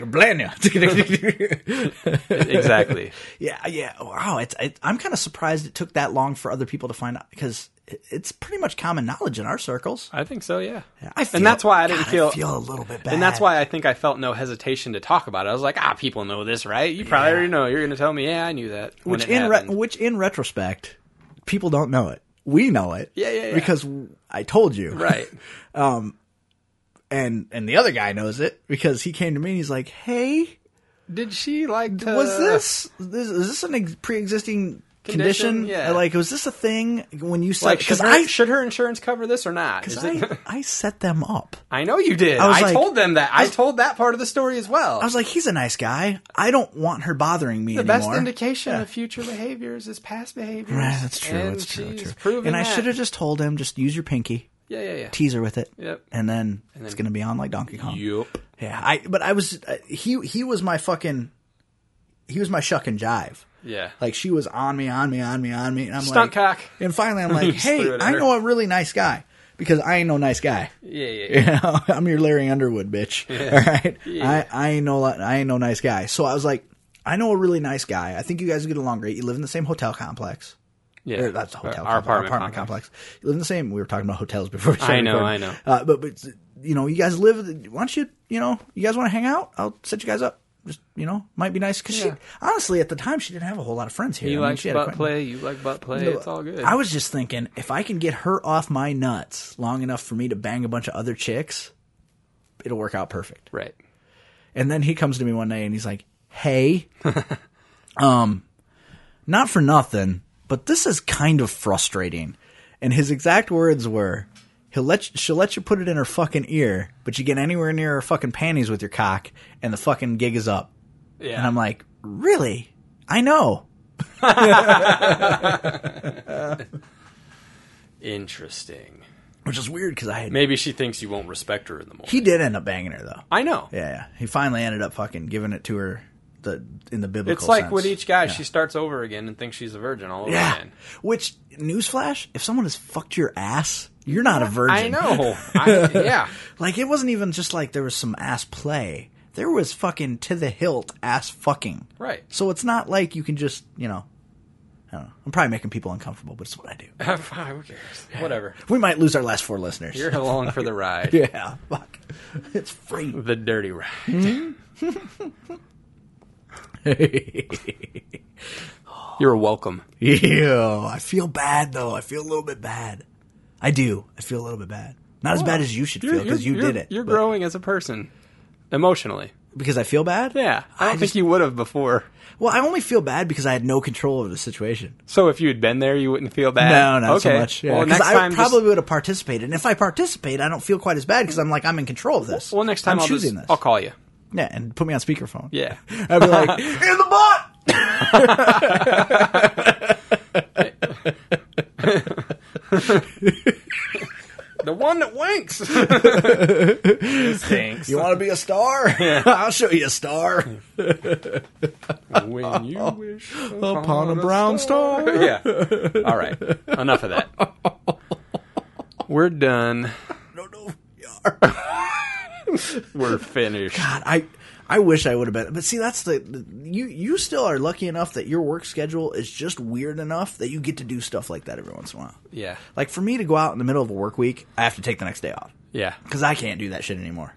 exactly.
[laughs] yeah, yeah. Wow, it's it, I'm kind of surprised it took that long for other people to find out because it's pretty much common knowledge in our circles.
I think so. Yeah.
I feel,
and that's why I didn't
God,
feel,
feel a little bit bad.
And that's why I think I felt no hesitation to talk about it. I was like, ah, people know this, right? You probably already know. You're going to tell me, yeah, I knew that. when
which
it
in re-
happened."
which in retrospect, people don't know it. We know it.
Yeah, yeah, yeah.
Because I told you.
right.
And and the other guy knows it because he came to me and he's like, "Hey,
[laughs] Did she like uh, to,
was this this is this an ex- pre-existing condition?
Condition? Yeah.
Like, was this a thing when you said
like should
because
her,
I
should her insurance cover this or not? Is
because
it-
I, I set them up.
[laughs] I know you did.
I
I,
was like-
told them that. I, told that part of the story as well.
I was like, he's a nice guy. I don't want her bothering me
the
anymore.
best indication of future behaviors is past behaviors.
[laughs] Right, that's true.
And
that's true.
she's
True.
Proving
And I
that.
should have just told him, just use your pinky,
Yeah, yeah, yeah.
tease her with it,
Yep.
and then it's gonna be on like Donkey Kong.
Yup.
Yeah, I but I was uh, he he was my fucking he was my shuck and jive.
Yeah.
Like she was on me, on me, on me, on me, and I'm
Stunt
like,
cock.
and
[laughs]
finally I'm like,
Just threw
hey,
it at
I
her.
know a really nice guy because I ain't no nice guy. [laughs]
Yeah, yeah, yeah.
You know, I'm your Larry Underwood, bitch. [laughs] All right, I I ain't no li- I ain't no nice guy. So I was like, I know a really nice guy. I think you guys would get along great. You live in the same hotel complex.
yeah.
Or that's a hotel.
Our
complex,
apartment,
complex. You live in the same. We were talking about hotels before. We started
I know,
recording.
I know.
Uh, but but you know, you guys live. Why don't you you know you guys want to hang out? I'll set you guys up. Just you know, might be nice because
Yeah.
she honestly at the time she didn't have a whole lot of friends here.
He
I mean,
likes
she had
butt
acquaint-
play. You like butt play. It's all good.
I was just thinking if I can get her off my nuts long enough for me to bang a bunch of other chicks, it'll work out perfect.
right.
And then he comes to me one day and he's like, "Hey, [laughs] um, not for nothing, but this is kind of frustrating." And his exact words were, "He'll let you, she'll let you put it in her fucking ear, but you get anywhere near her fucking panties with your cock, and the fucking gig is up."
Yeah.
And I'm like, "Really? I know."
Interesting.
Which is weird because I had
Maybe she thinks you won't respect her in the morning.
he did end up banging her though.
I know.
Yeah, yeah. He finally ended up fucking giving it to her the in the biblical.
It's like
sense.
with each guy, she starts over again and thinks she's a virgin all over
Yeah.
again.
Which newsflash? If someone has fucked your ass, you're not a virgin.
I
[laughs]
know. I, yeah.
Like it wasn't even just like there was some ass play. There was fucking to the hilt ass fucking.
Right. [laughs]
So it's not like you can just you know. I don't know. I'm probably making people uncomfortable, but it's what I do.
Who cares? Whatever.
We might lose our last four listeners.
You're along for the ride.
[laughs] yeah, fuck. It's free.
The dirty ride.
Hmm? [laughs]
You're welcome.
Ew, I feel bad though. I feel a little bit bad. I do. I feel a little bit bad. Not as bad as you should feel because you
you're-
did it.
You're
but-
growing as a person emotionally.
because I feel bad.
Yeah, I don't think you would have before.
Well, I only feel bad because I had no control of the situation.
So if you had been there, you wouldn't feel bad.
No, not so
Okay.
much. Yeah,
Well,
'Cause
next
I
time, just-
probably would have participated, and if I participate, I don't feel quite as bad because I'm like I'm in control of this.
well, next time
I'm
will
choosing
just,
this.
I'll call you.
Yeah, and put me on speakerphone.
Yeah.
I'd be like in the butt.
[laughs] The one that
[laughs]
winks.
Thanks.
You want to be a star?
[laughs]
[laughs] I'll show you a star.
when
[laughs]
you wish
Upon a brown star.
yeah. All right. Enough
[laughs]
of that. We're done.
No, no. Yeah.
We're finished.
[laughs] God, I I wish I would have been. But see, that's the, the you you still are lucky enough that your work schedule is just weird enough that you get to do stuff like that every once in a while.
Yeah.
Like for me to go out in the middle of a work week, I have to take the next day off
Yeah.
because I can't do that shit anymore.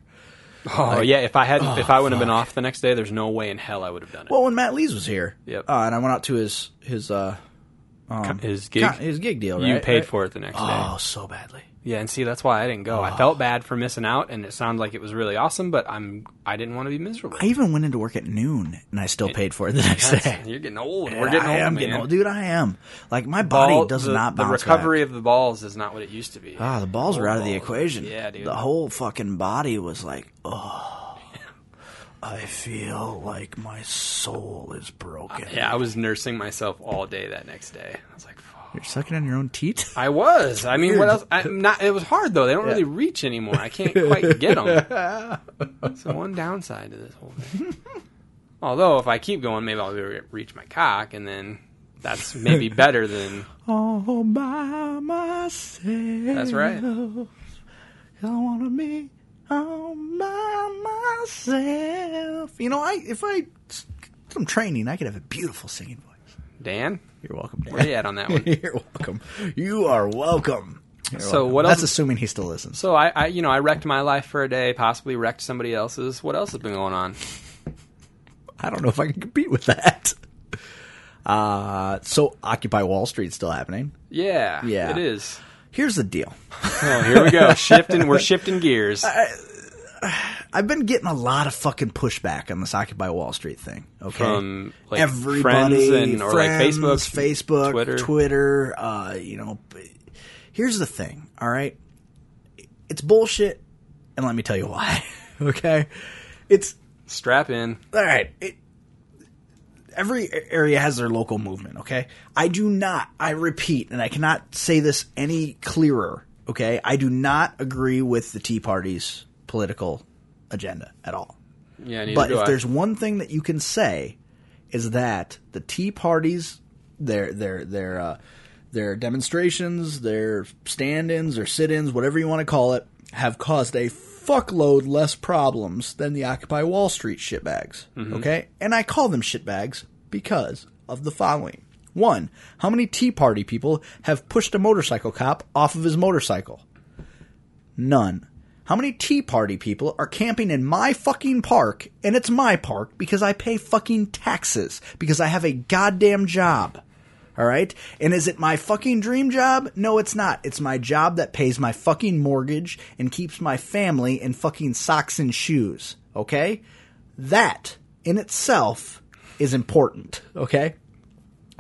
Oh yeah. If I had, not if I would have been off the next day, there's no way in hell I would have done it.
Well, when Matt Lees was here,
Yep.
uh, and I went out to his his uh
His gig.
con- his gig deal,
you
right?
paid
Right?
for it the next day.
Oh, so badly.
Yeah, and see, that's why I didn't go. I felt bad for missing out, and it sounded like it was really awesome, but I'm I didn't want to be miserable.
I even went into work at noon, and I still paid for it the next day.
That's- You're getting old. We're
Yeah,
getting old.
I am
man.
getting old, dude. I am. Like my body
Ball-
does
the,
not
the
bounce
recovery
back.
of the balls is not what it used to be.
Ah, the balls were out of the equation.
Yeah, dude.
The whole fucking body was like, oh, [laughs] I feel like my soul is broken.
yeah, I was nursing myself all day that next day. I was like, fuck.
You're sucking on your own teat.
I was. I mean, what
Weird.
else? I'm not. It was hard though. They don't really reach anymore. I can't quite
[laughs]
get them. It's the one downside to this whole thing. Although, if I keep going, maybe I'll re- reach my cock, and then
[laughs]
that's maybe better than.
All by myself. That's
right.
I wanna be all by myself. You know, I if I some training, I could have a beautiful singing voice.
Dan,
You're welcome. Dan.
where you at on that one?
[laughs] You're welcome. You are welcome. You're
So
welcome.
what
That's
else-
assuming he still listens.
So I, I, you know, I wrecked my life for a day, possibly wrecked somebody else's. What else has been going on?
I don't know if I can compete with that. [laughs] Uh, so Occupy Wall Street's still happening.
Yeah,
Yeah.
it is.
Here's the deal.
Oh, here we [laughs] go. shifting, we're shifting gears.
I've been getting a lot of fucking pushback on this Occupy Wall Street thing. Okay,
From, like,
everybody,
friends and- or, like,
friends,
Facebook,
Facebook,
Twitter.
Twitter. Uh, you know, b- here's the thing. All right, it's bullshit, and let me tell you why. [laughs] okay, it's
Strap in.
all right. It, every area has their local movement. Okay, I do not. I repeat, and I cannot say this any clearer. Okay, I do not agree with the Tea Party's political agenda at all.
Yeah, neither
But
do
if
I.
there's one thing that you can say is that the Tea Parties, their their their uh, their demonstrations, their stand-ins, their sit-ins, whatever you want to call it, have caused a fuckload less problems than the Occupy Wall Street shitbags. Okay, and I call them shitbags because of the following. One, how many Tea Party people have pushed a motorcycle cop off of his motorcycle? None. How many Tea Party people are camping in my fucking park and it's my park because I pay fucking taxes because I have a goddamn job? All right? And is it my fucking dream job? No, it's not. It's my job that pays my fucking mortgage and keeps my family in fucking socks and shoes. Okay? That in itself is important. Okay?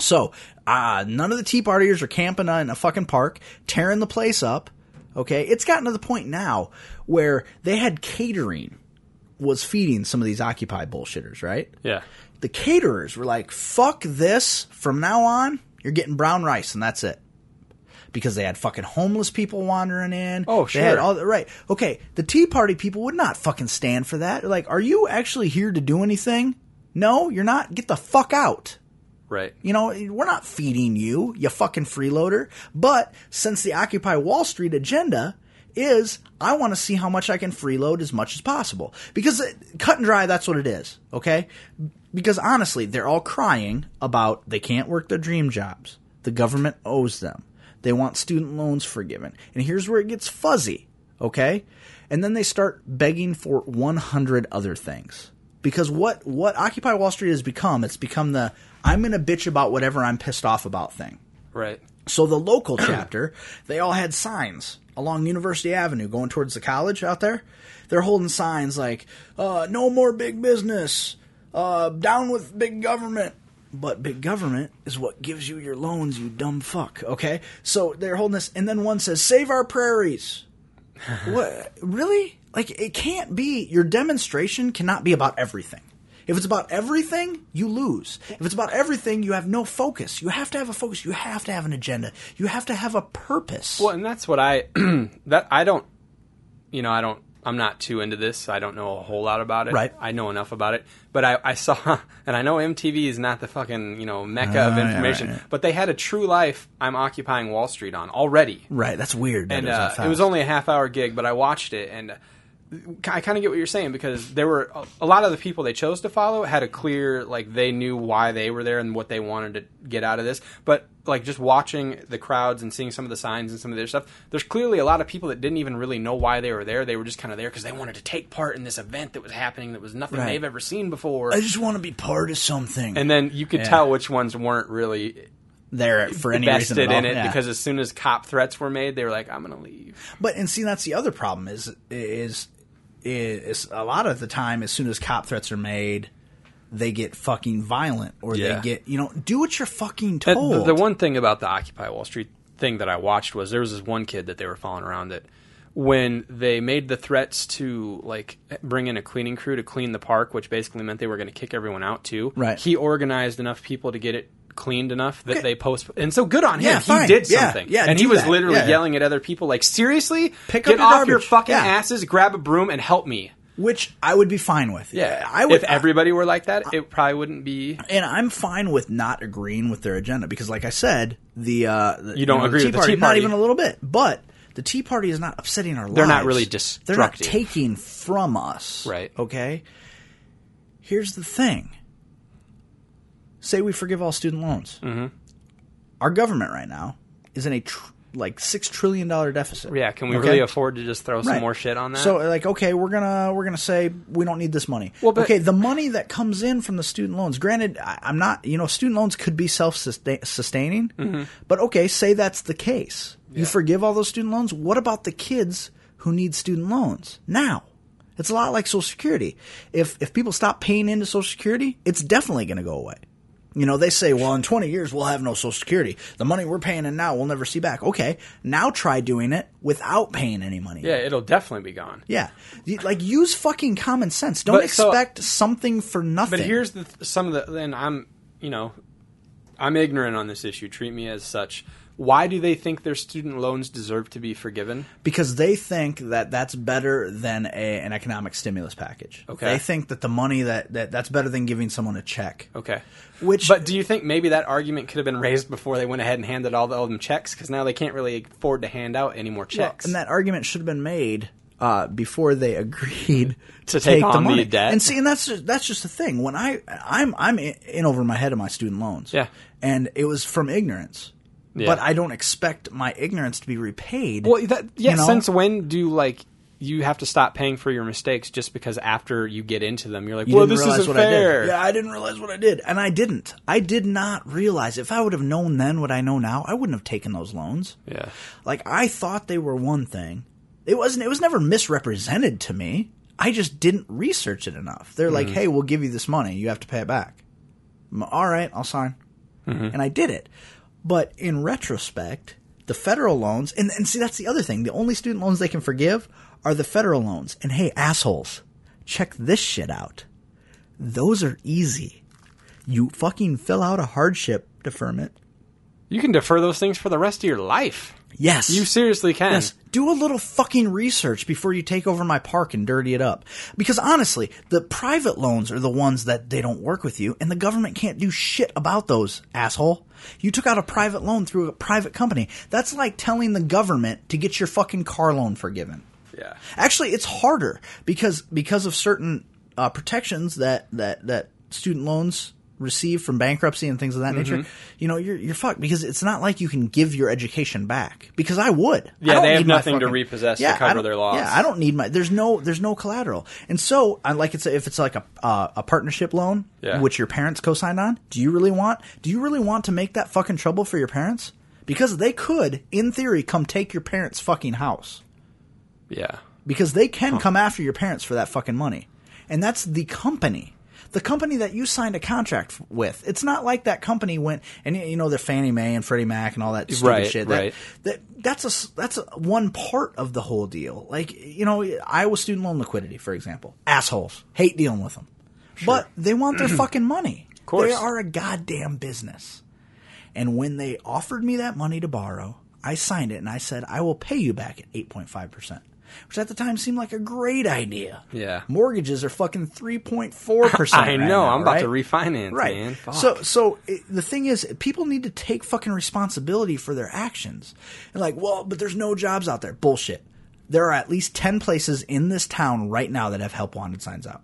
So, uh, none of the Tea Partiers are camping in a fucking park, tearing the place up. Okay. It's gotten to the point now where they had catering was feeding some of these Occupy bullshitters, right?
yeah,
The caterers were like, fuck this. From now on, you're getting brown rice and that's it. Because they had fucking homeless people wandering in.
Oh,
They had
sure.
all the, right. Okay. The Tea Party people would not fucking stand for that. Like, are you actually here to do anything? No, you're not. Get the fuck out.
right.
You know, we're not feeding you, you fucking freeloader. But since the Occupy Wall Street agenda is, I want to see how much I can freeload as much as possible. Because uh, cut and dry, that's what it is, okay? Because honestly, they're all crying about they can't work their dream jobs. The government owes them. They want student loans forgiven. And here's where it gets fuzzy, okay? And then they start begging for 100 other things because what what Occupy Wall Street has become, it's become the I'm going to bitch about whatever I'm pissed off about thing.
Right.
So the local chapter, they all had signs along University Avenue going towards the college out there. They're holding signs like uh, "No more big business," uh, "Down with big government." But big government is what gives you your loans, you dumb fuck. Okay, so they're holding this, and then one says, "Save our
[laughs]
prairies." what really like it can't be your demonstration cannot be about everything if it's about everything you lose if it's about everything you have no focus you have to have a focus you have to have an agenda you have to have a purpose
Well, and that's what I [clears throat] that I don't you know, I don't I'm not too into this. I don't know a whole lot about it.
Right.
I know enough about it. But I, I saw [laughs] and I know MTV is not the fucking, you know, mecca
Oh,
of
yeah,
information.
right, yeah.
But they had a true life I'm occupying Wall Street on already.
right that's weird that
And
it was, on
uh, it
Fox.
was only a half hour gig, but I watched it and I kind of get what you're saying because there were a- a lot of the people they chose to follow had a clear like they knew why they were there and what they wanted to get out of this. But like just watching the crowds and seeing some of the signs and some of their stuff, there's clearly a lot of people that didn't even really know why they were there. They were just kind of there because they wanted to take part in this event that was happening that was nothing
Right.
they've ever seen before.
i just want to be part of something
and then you could
Yeah.
tell which ones weren't really
there for any reason
invested
at all.
in it
Yeah.
because as soon as cop threats were made, they were like, "I'm going to leave."
But and see, that's the other problem is is is a lot of the time, as soon as cop threats are made, they get fucking violent or
Yeah.
they get you know do what you're fucking
And th-
told.
The, one thing about the Occupy Wall Street thing that I watched was there was this one kid that they were following around that when they made the threats to like bring in a cleaning crew to clean the park, which basically meant they were going to kick everyone out too.
Right.
He organized enough people to get it cleaned enough that they post and so good on him
Yeah,
he
fine.
did
Yeah,
something
yeah,
and he
do
was
that.
literally
Yeah.
yelling at other people like seriously
Pick up
get
your
off your
garbage."
fucking
Yeah.
asses grab a broom and help me
which I would be fine with. I would.
if everybody were like that it probably wouldn't be
and I'm fine with not agreeing with their agenda because, like I said, the, uh, the
You don't agree with the Tea
not
Party.
even a little bit. But the Tea Party is not upsetting our
They're
lives.
not really
They're not
destructive.
taking from us,
Right.
Okay. Here's the thing. Say we forgive all student loans. Mm-hmm. Our government right now is in a tr- like six trillion dollar deficit.
yeah can we
Okay?
really afford to just throw some
Right.
more shit on that
So like, okay, we're gonna we're gonna say we don't need this money.
Well, but-
okay, the money that comes in from the student loans. Granted, I, I'm not you know student loans could be self sustaining,
Mm-hmm.
but okay, say that's the case. You forgive all those student loans. What about the kids who need student loans now? It's a lot like Social Security. If if people stop paying into Social Security, it's definitely going to go away. You know, they say, well, in 20 years, we'll have no Social Security. The money we're paying in now, we'll never see back. Okay, now try doing it without paying any money.
yeah it'll definitely be gone
Yeah, You- like use fucking common sense. Don't
But so-
expect something for nothing.
But here's the th- some of the. Then I'm, you know, I'm ignorant on this issue. Treat me as such. Why do they think their student loans deserve to be forgiven?
because they think that that's better than a, an economic stimulus package.
Okay.
they think that the money that, that that's better than giving someone a check.
Okay.
Which,
But do you think maybe that argument could have been raised before they went ahead and handed all of them checks? Because now they can't really afford to hand out any more checks.
and that argument should have been made uh, before they agreed
[laughs] To take on the
money.
debt.
And see, and that's just, that's just the thing. When I I'm I'm in, in over my head of my student loans.
Yeah.
and it was from ignorance.
Yeah.
But I don't expect my ignorance to be repaid.
well, that, yeah.
you know?
Since when do like you have to stop paying for your mistakes just because after you get into them you're like,
You
well,
didn't
this
realize
isn't
what I
fair.
did. Yeah, I didn't realize what I did, and I didn't. I did not realize. If I would have known then what I know now, I wouldn't have taken those loans.
Yeah.
Like I thought they were one thing. It wasn't. It was never misrepresented to me. I just didn't research it enough. They're like, "Hey, we'll give you this money. You have to pay it back." I'm, All right, I'll sign, and I did it. But in retrospect, the federal loans, and, and see, that's the other thing. The only student loans they can forgive are the federal loans. And hey, assholes, check this shit out. Those are easy. You fucking fill out a hardship deferment.
You can defer those things for the rest of your life.
Yes.
You seriously can.
Yes, do a little fucking research before you take over my park and dirty it up. Because honestly, the private loans are the ones that they don't work with you, and the government can't do shit about those, asshole. You took out a private loan through a private company. That's like telling the government to get your fucking car loan forgiven.
Yeah.
Actually, it's harder because because of certain uh, protections that that that student loans receive from bankruptcy and things of that
Mm-hmm.
nature. You know, you're you're fucked because it's not like you can give your education back because I would. I
Yeah,
don't
they have
need my
nothing to repossess to
Yeah, I
cover
don't-
their loss.
Yeah, I don't need my. There's no there's no collateral, and so I like it's if it's like a uh, a partnership loan,
Yeah.
which your parents co-signed on. Do you really want? Do you really want to make that fucking trouble for your parents? Because they could, in theory, come take your parents' fucking house.
Yeah.
Because they can come after your parents for that fucking money. And that's the company. The company that you signed a contract f- with. It's not like that company went and you know the Fannie Mae and Freddie Mac and all that stupid
Right,
shit.
right.
That, that that's a s- that's a, one part of the whole deal. Like you know Iowa student loan liquidity, for example. Assholes hate dealing with them, but they want
[clears throat]
their fucking money. Of
course.
they are a goddamn business. And when they offered me that money to borrow, I signed it and I said, I will pay you back at 8.5%, which at the time seemed like a great idea.
Yeah.
Mortgages are fucking 3.4%.
[laughs] I
right
know.
now,
I'm about to
right?
refinance,
Right.
man. Fuck.
So, so it, the thing is, people need to take fucking responsibility for their actions. And like, well, but there's no jobs out there. Bullshit. There are at least 10 places in this town right now that have help wanted signs out.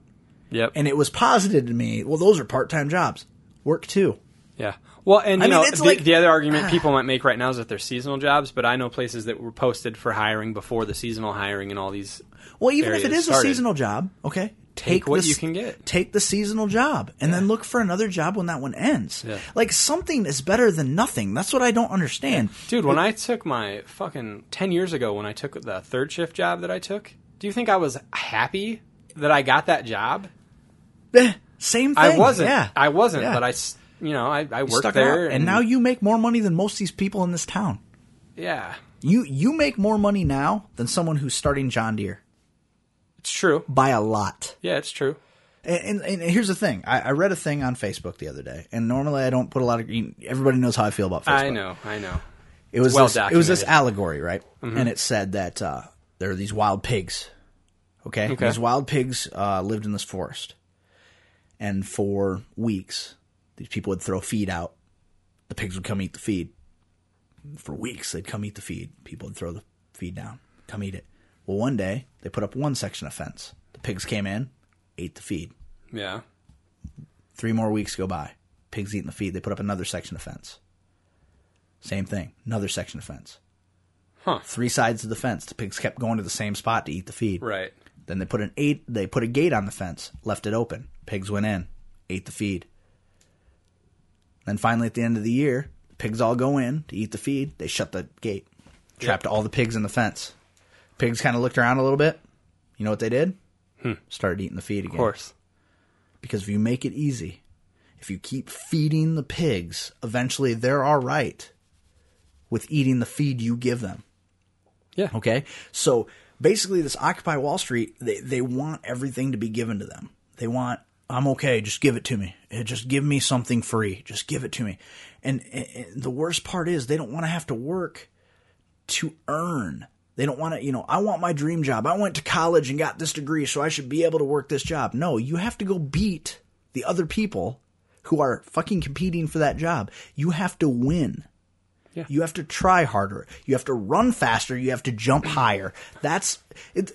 yep.
And it was posited to me, well, those are part time jobs. Work too.
yeah. Well, and you
I mean,
know,
it's
the,
like- ah.
the other argument people might make right now is that they're seasonal jobs, but I know places that were posted for hiring before the seasonal hiring and all these.
Well, even if it
areas
is
started.
a seasonal job, okay,
Take what
the,
you can get.
Take the seasonal job, and then look for another job when that one ends.
Yeah.
Like something is better than nothing. That's what I don't
[laughs]
understand.
Dude, when I took my fucking 10 years ago, when I took the third shift job that I took, do you think I was happy that I got that job?
Eh, Same thing.
I wasn't.
Yeah,
I wasn't,
Yeah.
but I, s- you know, I, I
You
worked
stuck it out.
there.
and, now you make more money than most of these people in this town.
Yeah.
You you make more money now than someone who's starting John Deere
It's true.
by a lot.
Yeah, it's true.
And, and, and here's the thing: I, I read a thing on Facebook the other day, and normally I don't put a lot of. Everybody knows how I feel about Facebook.
I know. I know.
It was
Well
this, it was this
documented.
allegory, right? And it said that uh, there are these wild pigs. Okay,
Okay.
these wild pigs uh, lived in this forest, and for weeks, these people would throw feed out. The pigs would come eat the feed. For weeks, they'd come eat the feed. People would throw the feed down, come eat it. Well, one day they put up one section of fence. The pigs came in, ate the feed.
Yeah.
Three more weeks go by. Pigs eating the feed. They put up another section of fence. Same thing. Another section of fence.
Huh.
Three sides of the fence. The pigs kept going to the same spot to eat the feed.
Right.
Then they put an eight. They put a gate on the fence. Left it open. Pigs went in. Ate the feed. Then finally, at the end of the year, the pigs all go in to eat the feed. They shut the gate. Trapped all the pigs in the fence. Pigs kind of looked around a little bit. You know what they did? Started eating the feed again
Hmm. Of course.
because if you make it easy, if you keep feeding the pigs, eventually they're all right with eating the feed you give them.
Yeah.
Okay. So basically, this Occupy Wall Street, they, they want everything to be given to them. They want, I'm okay, just give it to me. Eh, Just give me something free. Just give it to me. And, and and the worst part is they don't want to have to work to earn. They don't want to, you know, I want my dream job. I went to college and got this degree, so I should be able to work this job. No, you have to go beat the other people who are fucking competing for that job. You have to win.
Yeah.
You have to try harder. You have to run faster. You have to jump higher. That's it.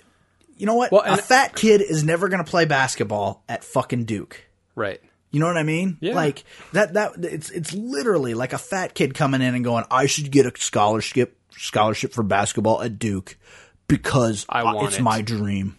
You know what?
Well,
a
and-
fat kid is never going to play basketball at fucking Duke.
Right.
You know what I mean?
Yeah.
Like that that it's it's literally like a fat kid coming in and going, "I should get a scholarship scholarship for basketball at Duke because
I
uh,
want
it's
it."
my dream."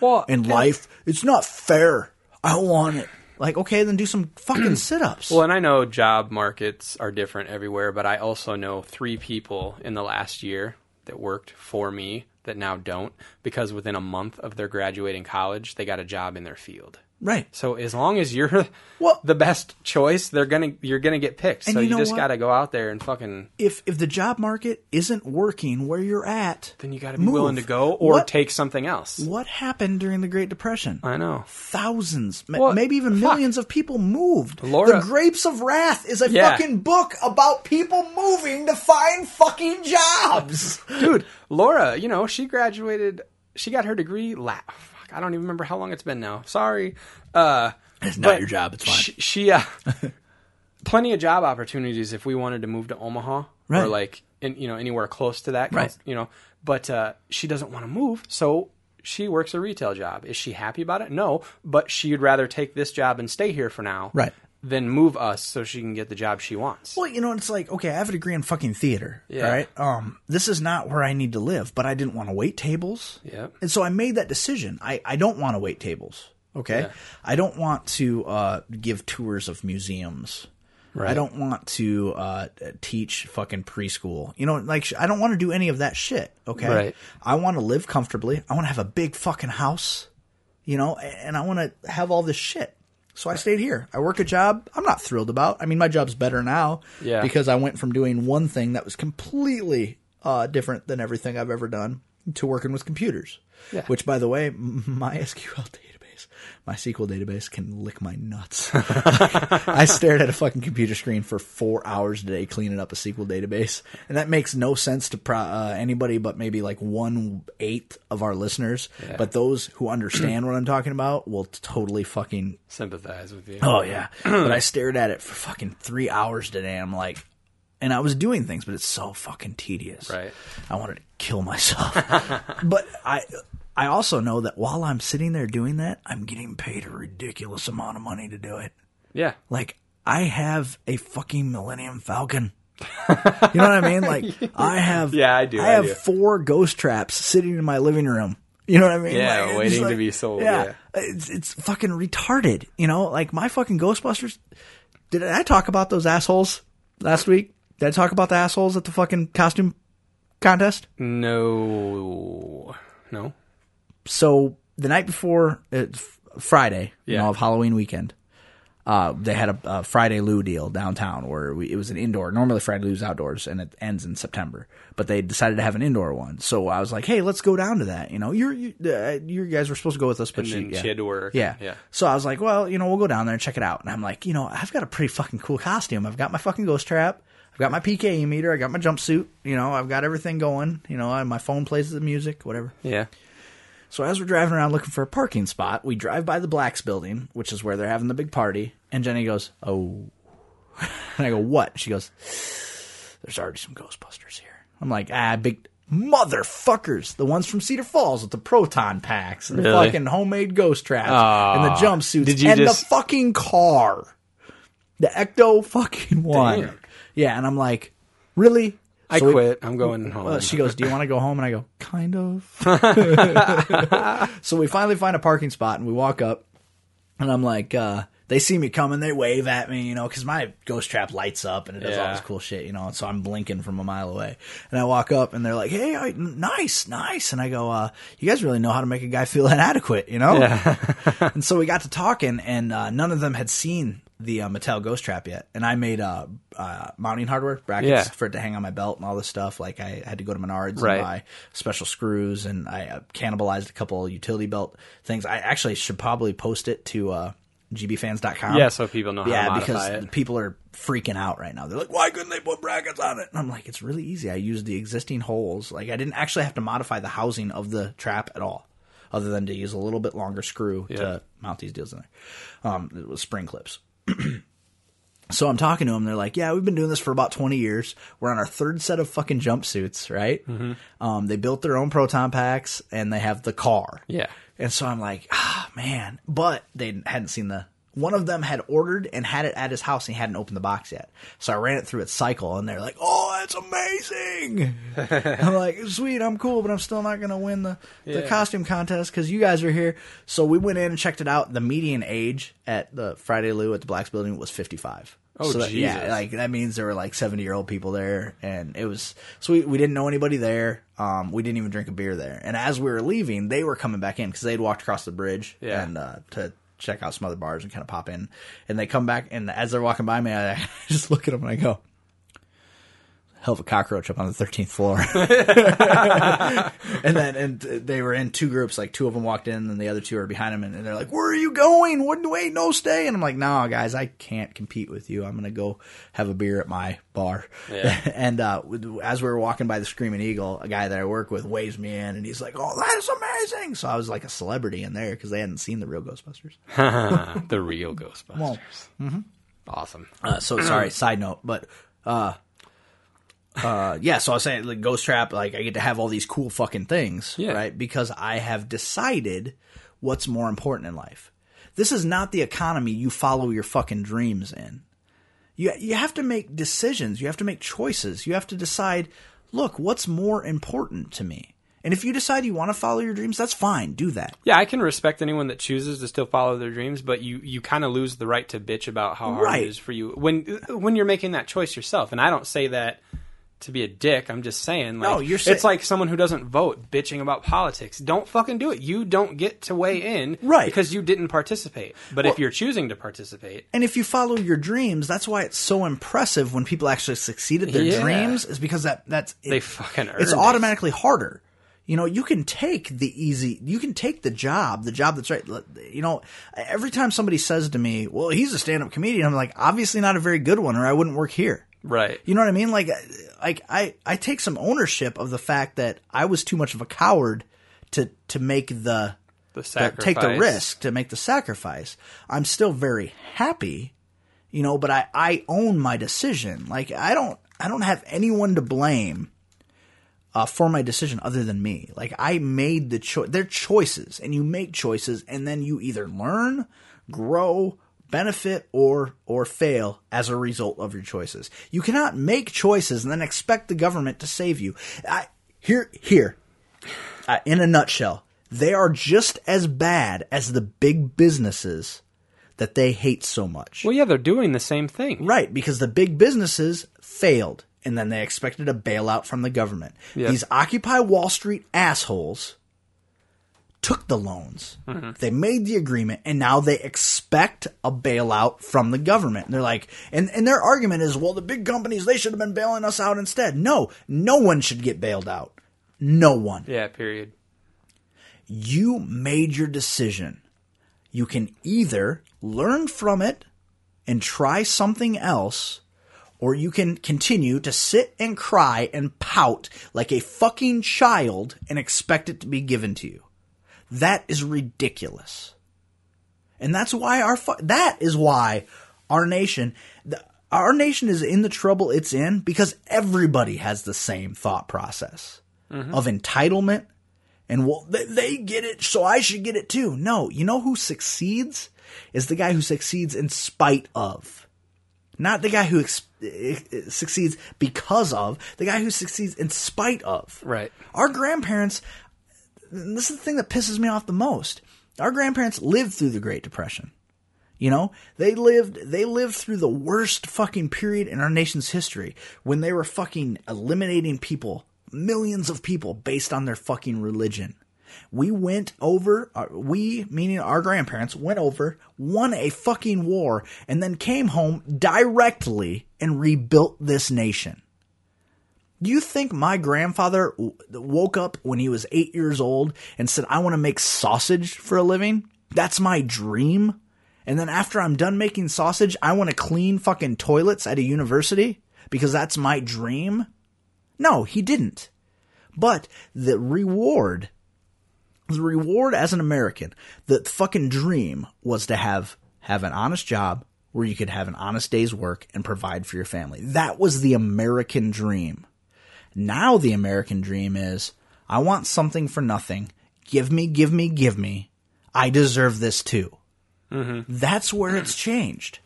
Well,
And
and-
life, it's not fair. I want it. Like, okay, then do some
[clears throat]
fucking sit-ups.
Well, and I know job markets are different everywhere, but I also know three people in the last year that worked for me that now don't because within a month of their graduating college, they got a job in their field.
right.
So as long as you're [laughs]
Well-
the best choice, they're gonna you're gonna get picked.
And
So
you
you,
know
just
what?
gotta go out there and fucking
If if the job market isn't working where you're at,
then you gotta be
move.
willing to go or
What-
take something else.
What happened during the Great Depression?
I know.
thousands, ma-
Well,
maybe even
fuck.
millions of people moved. the
Laura-
Grapes of Wrath is a
Yeah.
fucking book about people moving to find fucking jobs.
dude laura you know she graduated she got her degree la- fuck, i don't even remember how long it's been now sorry uh
[laughs] It's not
but
your job, it's fine.
she, she uh [laughs] plenty of job opportunities if we wanted to move to omaha
Right.
or like in, you know anywhere close to that
Right.
you know but uh she doesn't want to move so she works a retail job is she happy about it no but she'd rather take this job and stay here for now
Right.
than move us so she can get the job she wants
Well, you know, it's like okay, I have a degree in fucking theater,
Yeah.
all right? Um, this is not where I need to live, but I didn't want to wait tables,
Yep.
and so I made that decision. I I don't want to wait tables. Okay, I don't want to uh, give tours of museums. I don't want to uh, teach fucking preschool. You know, like sh- I don't want to do any of that shit. Okay,
Right.
I want to live comfortably. I want to have a big fucking house. You know, a- and I want to have all this shit. So I stayed here. I work a job I'm not thrilled about. I mean, my job's better now
Yeah.
because I went from doing one thing that was completely uh, different than everything I've ever done to working with computers.
Yeah.
Which, by the way, m- [laughs] my SQL database, my SQL database can lick my nuts. [laughs] I stared at a fucking computer screen for four hours a day cleaning up a SQL database, and that makes no sense to pro- uh, anybody but maybe like one eighth of our listeners. But those who understand what I'm talking about will totally fucking
Sympathize with you.
Oh yeah. but I stared at it for fucking three hours today. And I'm like, and I was doing things, but it's so fucking tedious.
Right.
I wanted to kill myself. but I, I also know that while I'm sitting there doing that, I'm getting paid a ridiculous amount of money to do it.
Yeah.
Like I have a fucking Millennium Falcon. you know what I mean?
[laughs]
Like I have.
Yeah, I do,
I
I
have
do.
four ghost traps sitting in my living room. You know what I mean?
Yeah,
it's
waiting to
like-
be sold, yeah.
it's it's fucking retarded. You know, like my fucking Ghostbusters. Did I talk about those assholes last week? Did I talk about the assholes at the fucking costume contest?
No. No.
so the night before uh, f- Friday, you
Yeah.
know, of Halloween weekend, uh, they had a, a Friday Lou deal downtown where we, it was an indoor. Normally Friday Lou's outdoors and it ends in September, but they decided to have an indoor one. So I was like, hey, let's go down to that. You know, you're, you, uh, you guys were supposed to go with us, but
And
she,
then
yeah.
she had to work.
Yeah.
Yeah.
So I was like, well, you know, we'll go down there and check it out. And I'm like, you know, I've got a pretty fucking cool costume. I've got my fucking ghost trap. I've got my PKE meter. I got my jumpsuit. You know, I've got everything going. You know, I- my phone plays the music, whatever.
Yeah.
So as we're driving around looking for a parking spot, we drive by the Blacks building, which is where they're having the big party, and Jenny goes, "Oh." [laughs] And I go, "What?" She goes, "There's already some Ghostbusters here." I'm like, "Ah, big motherfuckers, the ones from Cedar Falls with the proton packs and the
Really?
fucking homemade ghost traps and the jumpsuits
Did you
and
just-
the fucking car." The Ecto fucking one.
Damn.
Yeah, and I'm like, "Really?"
I
So we-
quit. I'm going home.
well, she goes, "Do you want to go home?" And I go, "Kind of." so we finally find a parking spot and we walk up, and I'm like, uh, they see me coming, they wave at me, you know, because my ghost trap lights up and it does all
Yeah.
this cool shit, you know, and so I'm blinking from a mile away, and I walk up and they're like, "Hey, I, nice, nice," and I go, uh, "You guys really know how to make a guy feel [laughs] inadequate, you know?" and so we got to talking, and uh, none of them had seen. The uh, Mattel Ghost Trap yet, and I made uh, uh, mounting hardware brackets
Yeah.
for it to hang on my belt and all this stuff. Like I had to go to Menards
Right.
and buy special screws, and I uh, cannibalized a couple utility belt things. I actually should probably post it to uh, gbfans.com.
Yeah, so people know how to
yeah,
modify
because
it.
the people are freaking out right now. They're like, "Why couldn't they put brackets on it?" And I'm like, "It's really easy. I used the existing holes. Like I didn't actually have to modify the housing of the trap at all." Other than to use a little bit longer screw
Yeah.
to mount these deals in there, um, it was spring clips. [clears throat] So I'm talking to them. They're like, "Yeah, we've been doing this for about 20 years. We're on our third set of fucking jumpsuits, right?
Mm-hmm.
Um, they built their own proton packs, and they have the car.
Yeah.
And so I'm like, ah, man. But they hadn't seen the. One of them had ordered and had it at his house, and he hadn't opened the box yet. So I ran it through its cycle, and they're like, "Oh, that's
[laughs]
amazing!" I'm like, "Sweet, I'm cool, but I'm still not going to win the, the
Yeah.
costume contest because you guys are here." So we went in and checked it out. The median age at the Friday Lou at the Blacks Building was 55.
Oh,
that- Yeah,
Jesus.
like that means there were like 70 year old people there. And it was, so we, we didn't know anybody there. Um, we didn't even drink a beer there. And as we were leaving, they were coming back in because they'd walked across the bridge
Yeah.
and, uh, to check out some other bars and kind of pop in. And they come back. And as they're walking by me, I [laughs] just look at them and I go, hell of a cockroach up on the 13th floor. [laughs] and then and they were in two groups. Like two of them walked in, and the other two are behind them. And, and they're like, "Where are you going? What, wait, no, stay." And I'm like, "Nah, guys, I can't compete with you. I'm gonna go have a beer at my bar."
Yeah.
[laughs] and uh, with- as we were walking by the Screaming Eagle, a guy that I work with waves me in, and he's like, "Oh, that is amazing!" So I was like a celebrity in there because they hadn't seen the real Ghostbusters.
the real Ghostbusters.
Well, Mm-hmm.
Awesome.
Uh, so sorry, side note, but uh, uh, yeah. So I was saying, like Ghost Trap, like I get to have all these cool fucking things,
Yeah.
right? Because I have decided what's more important in life. This is not the economy you follow your fucking dreams in. You you have to make decisions. You have to make choices. You have to decide. Look, what's more important to me? And if you decide you want to follow your dreams, that's fine. Do that.
Yeah, I can respect anyone that chooses to still follow their dreams, but you you kind of lose the right to bitch about how hard
Right.
it is for you when when you're making that choice yourself. And I don't say that to be a dick. I'm just saying, like,
No, you're sa-
it's like someone who doesn't vote bitching about politics. Don't fucking do it. You don't get to weigh in,
Right.
Because you didn't participate. But if
Well-
you're choosing to participate,
And if you follow your dreams, that's why it's so impressive when people actually succeed at their
Yeah.
dreams is because that that's it-
They fucking
It's
earned it.
automatically harder. You know, you can take the easy, you can take the job, the job that's right. You know, every time somebody says to me, "Well, he's a stand-up comedian," I'm like, "Obviously not a very good one, or I wouldn't work here."
right?
You know what I mean? Like, like I, I take some ownership of the fact that I was too much of a coward to to make the to
the sacrifice.
take the risk to make the sacrifice. I'm still very happy, you know, but I, I own my decision. Like I don't I don't have anyone to blame uh, for my decision other than me. Like I made the choice. They're choices, and you make choices, and then you either learn, grow, benefit, or or fail as a result of your choices. You cannot make choices and then expect the government to save you. I, here here uh, in a nutshell, they are just as bad as the big businesses that they hate so much.
Well, yeah, they're doing the same thing.
Right, because the big businesses failed and then they expected a bailout from the government.
Yep.
These Occupy Wall Street assholes took the loans. They made the agreement and now they expect a bailout from the government. They're like and and their argument is, well, the big companies they should have been bailing us out instead. No, no one should get bailed out. No one
Yeah. Period.
you made your decision. You can either learn from it and try something else, or you can continue to sit and cry and pout like a fucking child and expect it to be given to you. That is ridiculous. And that's why our fu- that is why our nation the, our nation is in the trouble it's in because everybody has the same thought process of entitlement and well they, they get it so I should get it too. No, you know who succeeds is the guy who succeeds in spite of. Not the guy who ex- eh, eh, succeeds because of, the guy who succeeds in spite of.
Right.
Our grandparents and this is the thing that pisses me off the most. Our grandparents lived through the Great Depression. You know, they lived they lived through the worst fucking period in our nation's history when they were fucking eliminating people, millions of people based on their fucking religion. We went over, uh, we meaning our grandparents went over, won a fucking war and then came home directly and rebuilt this nation. Do you think my grandfather w- woke up when he was eight years old and said, I want to make sausage for a living? That's my dream. And then after I'm done making sausage, I want to clean fucking toilets at a university because that's my dream? No, he didn't. But the reward, the reward as an American, the fucking dream was to have, have an honest job where you could have an honest day's work and provide for your family. That was the American dream. Now the American dream is I want something for nothing. Give me, give me, give me. I deserve this too. That's where it's changed.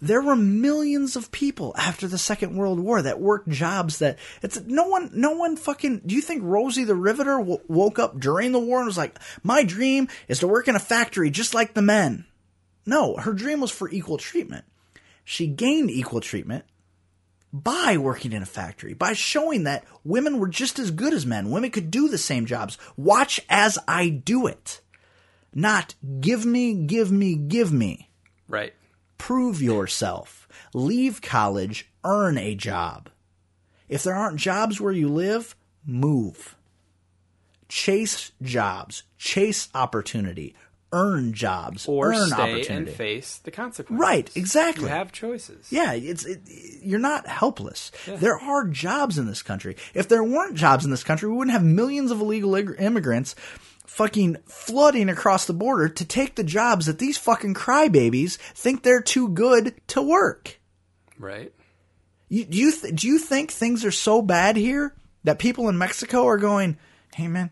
There were millions of people after the Second World War that worked jobs that it's no one, no one fucking. Do you think Rosie the Riveter w- woke up during the war and was like, "My dream is to work in a factory just like the men"? No, her dream was for equal treatment. She gained equal treatment by working in a factory, by showing that women were just as good as men. Women could do the same jobs. Watch as I do it. Not give me, give me, give me.
Right.
Prove yourself. Leave college, earn a job. If there aren't jobs where you live, move. Chase jobs, chase opportunity, earn jobs,
Or
earn
stay
opportunity.
and face the consequences.
Right, exactly.
You have choices.
Yeah, it's it, you're not helpless. There are jobs in this country. If there weren't jobs in this country, we wouldn't have millions of illegal ig- immigrants fucking flooding across the border to take the jobs that these fucking crybabies think they're too good to work.
Right.
You, do you th- do you think things are so bad here that people in Mexico are going, "Hey man,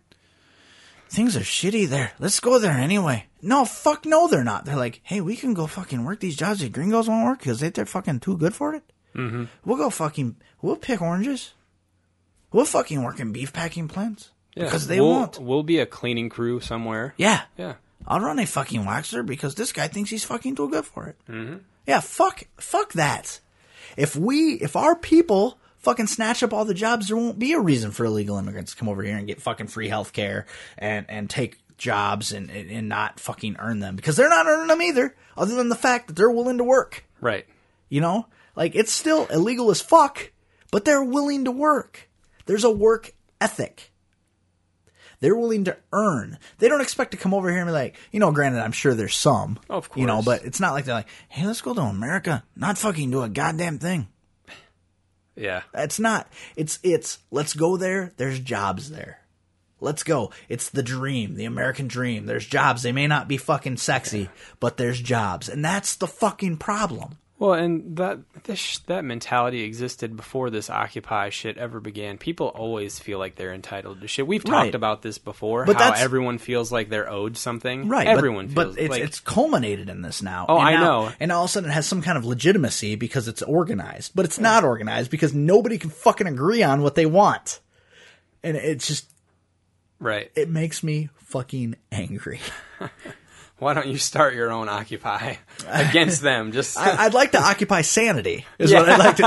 things are shitty there. Let's go there anyway." No, fuck no, they're not. They're like, "Hey, we can go fucking work these jobs that gringos won't work because they're fucking too good for it." Mm-hmm. We'll go fucking, we'll pick oranges. We'll fucking work in beef packing plants. because they
we'll,
won't.
We'll be a cleaning crew somewhere.
Yeah.
Yeah.
I'll run a fucking waxer because this guy thinks he's fucking too good for it. Mm-hmm. Yeah, fuck, fuck that. If we, if our people fucking snatch up all the jobs, there won't be a reason for illegal immigrants to come over here and get fucking free health care and, and take jobs and, and, and not fucking earn them because they're not earning them either, other than the fact that they're willing to work.
Right.
You know, like it's still illegal as fuck, but they're willing to work. There's a work ethic. They're willing to earn. They don't expect to come over here and be like, you know, granted, I'm sure there's some.
Of
You know,
course.
but it's not like they're like, hey, let's go to America, not fucking do a goddamn thing.
Yeah.
It's not. It's, it's, let's go there. There's jobs there. Let's go. It's the dream, the American dream. There's jobs. They may not be fucking sexy, but there's jobs. And that's the fucking problem.
Well, and that this that mentality existed before this Occupy shit ever began. People always feel like they're entitled to shit. We've talked
Right.
about this before.
But
how
that's-
everyone feels like they're owed something.
Right. but-
Everyone
but,
feels.
it's,
like,
it's culminated in this now.
Oh,
and
I
now-
know.
And all of a sudden, it has some kind of legitimacy because it's organized, but it's not organized because nobody can fucking agree on what they want, and it's just
right.
it makes me fucking
[laughs]
angry.
Why don't you start your
[laughs]
own Occupy against them? Just
I, I'd like to occupy sanity is what I'd like to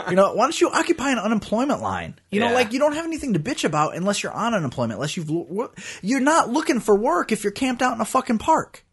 do. You know, why don't you occupy an unemployment line? You know,
Yeah.
like you don't have anything to bitch about unless you're on unemployment, unless you've l- wo- you're not looking for work if you're camped out in a fucking park.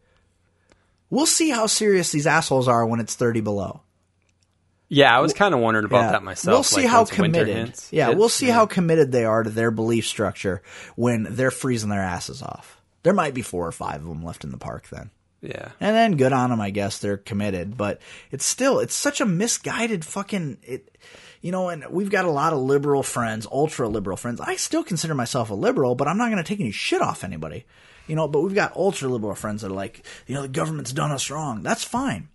We'll see how serious these assholes are when it's 30 below.
[laughs] yeah, I was kind of wondering about
Yeah.
that myself.
We'll see
like,
how
once winter
committed.
hits.
Yeah,
It's-
we'll see how committed they are to their belief structure when they're freezing their asses off. There might be four or five of them left in the park then.
Yeah.
And then good on them, I guess they're committed, but it's still it's such a misguided fucking it you know, and we've got a lot of liberal friends, ultra liberal friends. I still consider myself a liberal, but I'm not going to take any shit off anybody. You know, but we've got ultra liberal friends that are like, you know, the government's done us wrong. That's fine.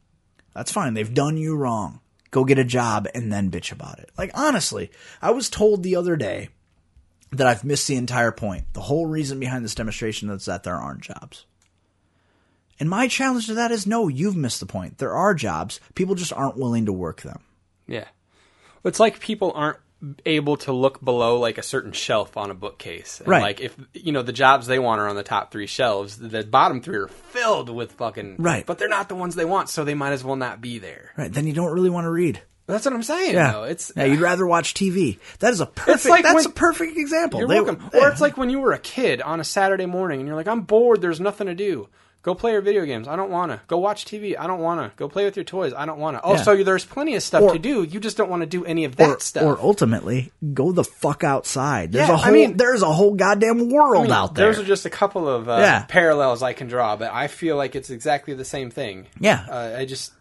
That's fine. They've done you wrong. Go get a job and then bitch about it. Like, honestly, I was told the other day that I've missed the entire point. The whole reason behind this demonstration is that there aren't jobs. And my challenge to that is no, you've missed the point. There are jobs. People just aren't willing to work them.
Yeah. It's like people aren't able to look below like a certain shelf on a bookcase. And
Right.
Like if you know the jobs they want are on the top three shelves, the bottom three are filled with fucking
Right.
But they're not the ones they want, so they might as well not be there.
Right. Then you don't really want to read.
That's what I'm saying.
Yeah.
though. It's uh,
yeah, you'd rather watch TV. That is a perfect
like
that's
when-
a perfect example.
You're
They- eh.
welcome.
yeah.
Or it's like when you were a kid on a Saturday morning and you're like, I'm bored. There's nothing to do. Go play your video games. I don't want to. Go watch TV. I don't want to. Go play with your toys. I don't want to. Oh,
Yeah.
so there's plenty of stuff
Or-
to do. You just don't want to do any of that
or,
stuff.
or ultimately, go the fuck outside. There's
Yeah,
a
I
whole
mean-
there's a whole goddamn world
I mean,
out there.
Those are just a couple of uh,
Yeah.
parallels I can draw, but I feel like it's exactly the same thing.
Yeah.
Uh, I just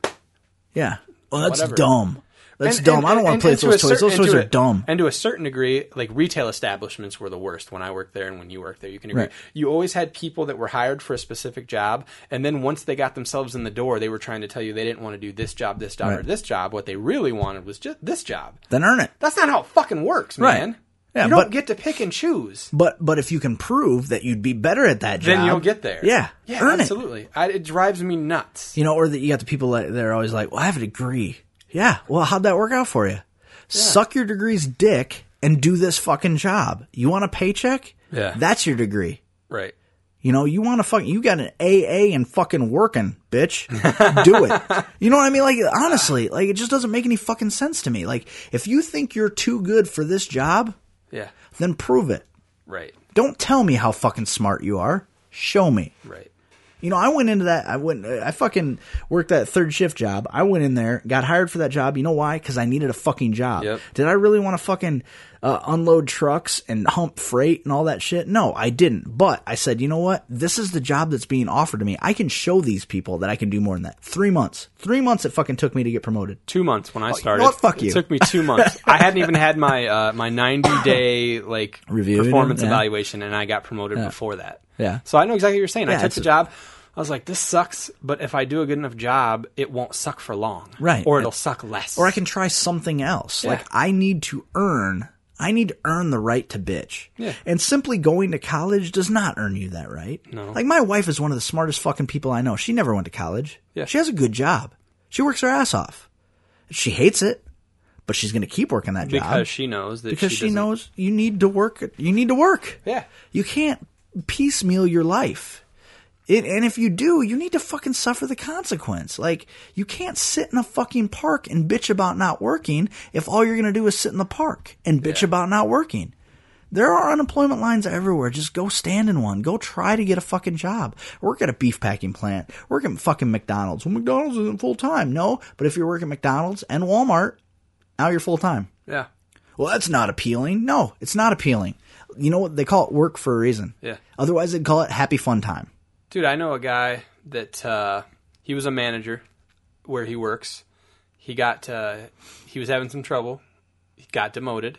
yeah. Well, that's
Whatever.
dumb. That's
and-
dumb.
and-
I don't want
and-
to play with
and
those
a
toys.
cer-
those
and
toys
to
are
a-
dumb.
And to a certain degree, like retail establishments were the worst when I worked there and when you worked there. You can agree.
Right.
You always had people that were hired for a specific job, and then once they got themselves in the door, they were trying to tell you they didn't want to do this job, this job, or
Right.
this job. What they really wanted was just this job.
then earn it.
That's not how it fucking works,
Right.
man.
Yeah,
you don't
but-
get to pick and choose.
But but if you can prove that you'd be better at that job,
Then you'll get there.
Yeah,
Yeah,
earn it.
absolutely. I, it drives me nuts.
You know, or that you got the people that they're always like, "Well, I have a degree." Yeah. Well, how'd that work out for you? Suck your degree's dick and do this fucking job. You want a paycheck?
Yeah.
That's your degree.
Right.
You know, you want to fucking, you got an AA and fucking working, bitch. Do it. you know what I mean? Like, honestly, like, it just doesn't make any fucking sense to me. Like, if you think you're too good for this job,
Yeah.
then prove it.
Right.
Don't tell me how fucking smart you are. Show me.
Right.
You know, I went into that. I went. I fucking worked that third shift job. I went in there, got hired for that job. You know why? Because I needed a fucking job.
Yep.
Did I really want to fucking uh, unload trucks and hump freight and all that shit? No, I didn't. But I said, you know what? This is the job that's being offered to me. I can show these people that I can do more than that. Three months. Three months it fucking took me to get promoted.
Two months when I started.
what? Fuck you.
It took me
[laughs]
two months. I hadn't even had my uh, my ninety day [coughs] like
Review,
performance
yeah.
evaluation, and I got promoted before that.
Yeah.
So I know exactly what you're saying.
Yeah,
I took
it's
the
a-
job. I was like, this sucks, but if I do a good enough job, it won't suck for long.
Right.
Or it'll suck less.
Or I can try something else.
Yeah.
Like I need to earn. I need to earn the right to bitch.
Yeah.
And simply going to college does not earn you that right. No. Like my wife is one of the smartest fucking people I know. She never went to college.
Yeah.
She has a good job. She works her ass off. She hates it, but she's going to keep working that job
because she knows that
because she,
doesn't-
knows you need to work. You need to work.
Yeah.
You can't piecemeal your life. It, and if you do, you need to fucking suffer the consequence. Like, you can't sit in a fucking park and bitch about not working if all you're going to do is sit in the park and bitch
Yeah.
about not working. There are unemployment lines everywhere. Just go stand in one. Go try to get a fucking job. Work at a beef packing plant. Work at fucking McDonald's. Well, McDonald's isn't full time. No, but if you're working at McDonald's and Walmart, now you're full time.
Yeah,
Well, that's not appealing. No, it's not appealing. You know what? They call it work for a reason.
Yeah.
Otherwise, they'd call it happy fun time.
dude, I know a guy that uh, he was a manager where he works. He got uh, he was having some trouble. He got demoted.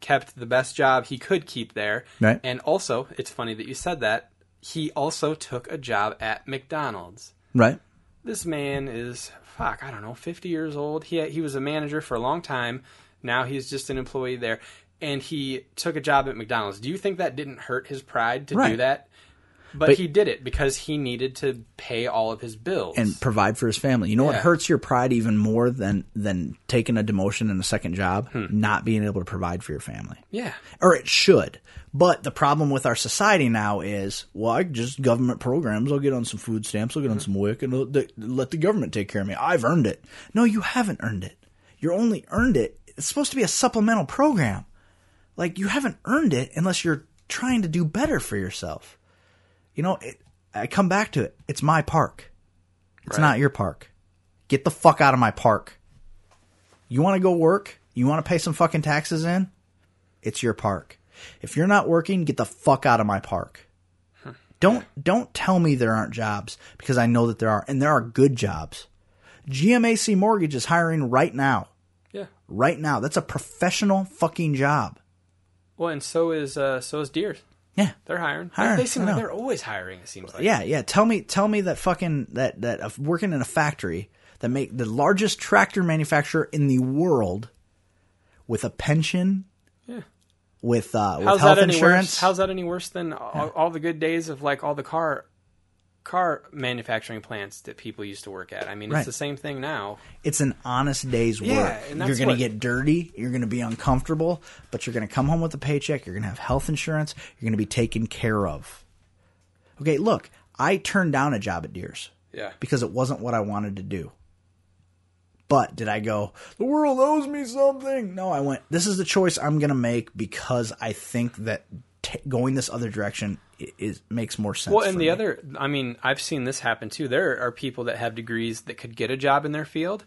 Kept the best job he could keep there.
Right.
And also, it's funny that you said that. He also took a job at McDonald's.
Right.
this man is fuck i don't know 50 years old he he was a manager for a long time now he's just an employee there and he took a job at mcdonald's do you think that didn't hurt his pride to do
Right.
that but,
But-
he did it because he needed to pay all of his bills
And provide for his family. You know what
Yeah.
hurts your pride even more than than taking a demotion and a second job?
Hmm.
Not being able to provide for your family.
yeah
Or it should. But the problem with our society now is, well, I just government programs. I'll get on some food stamps. I'll get on some WIC and let the- let the government take care of me. I've earned it. No, you haven't earned it. You're only earned it. It's supposed to be a supplemental program. Like you haven't earned it unless you're trying to do better for yourself. You know, it, I come back to it. It's my park. It's
Right.
not your park. Get the fuck out of my park. You want to go work? You want to pay some fucking taxes in? It's your park. If you're not working, get the fuck out of my park. Don't don't tell me there aren't jobs because I know that there are and there are good jobs. GMAC Mortgage is hiring right now.
yeah
Right now. That's a professional fucking job.
well and so is uh so is deer
Yeah.
they're hiring,
Hiring,
They, they seem
I
like
know.
they're always hiring it seems like
Yeah, yeah. Tell me tell me that fucking that that of working in a factory that make the largest tractor manufacturer in the world with a pension
Yeah.
with uh with
how's
health
that any
insurance.
worse how's that any worse than all, all the good days of like all the car car manufacturing plants that people used to work at i mean
Right.
it's the same thing now
it's an honest day's
Yeah,
work.
and that's
you're going to
what-
get dirty. You're going to be uncomfortable, but you're going to come home with a paycheck. You're going to have health insurance. You're going to be taken care of. Okay, look, I turned down a job at Deers
yeah
because it wasn't what I wanted to do. But did I go, the world owes me something? No, I went, this is the choice I'm going to make because I think that t- going this other direction i- is makes more sense.
Well,
for
and the
me.
other, I mean, I've seen this happen too. There are people that have degrees that could get a job in their field.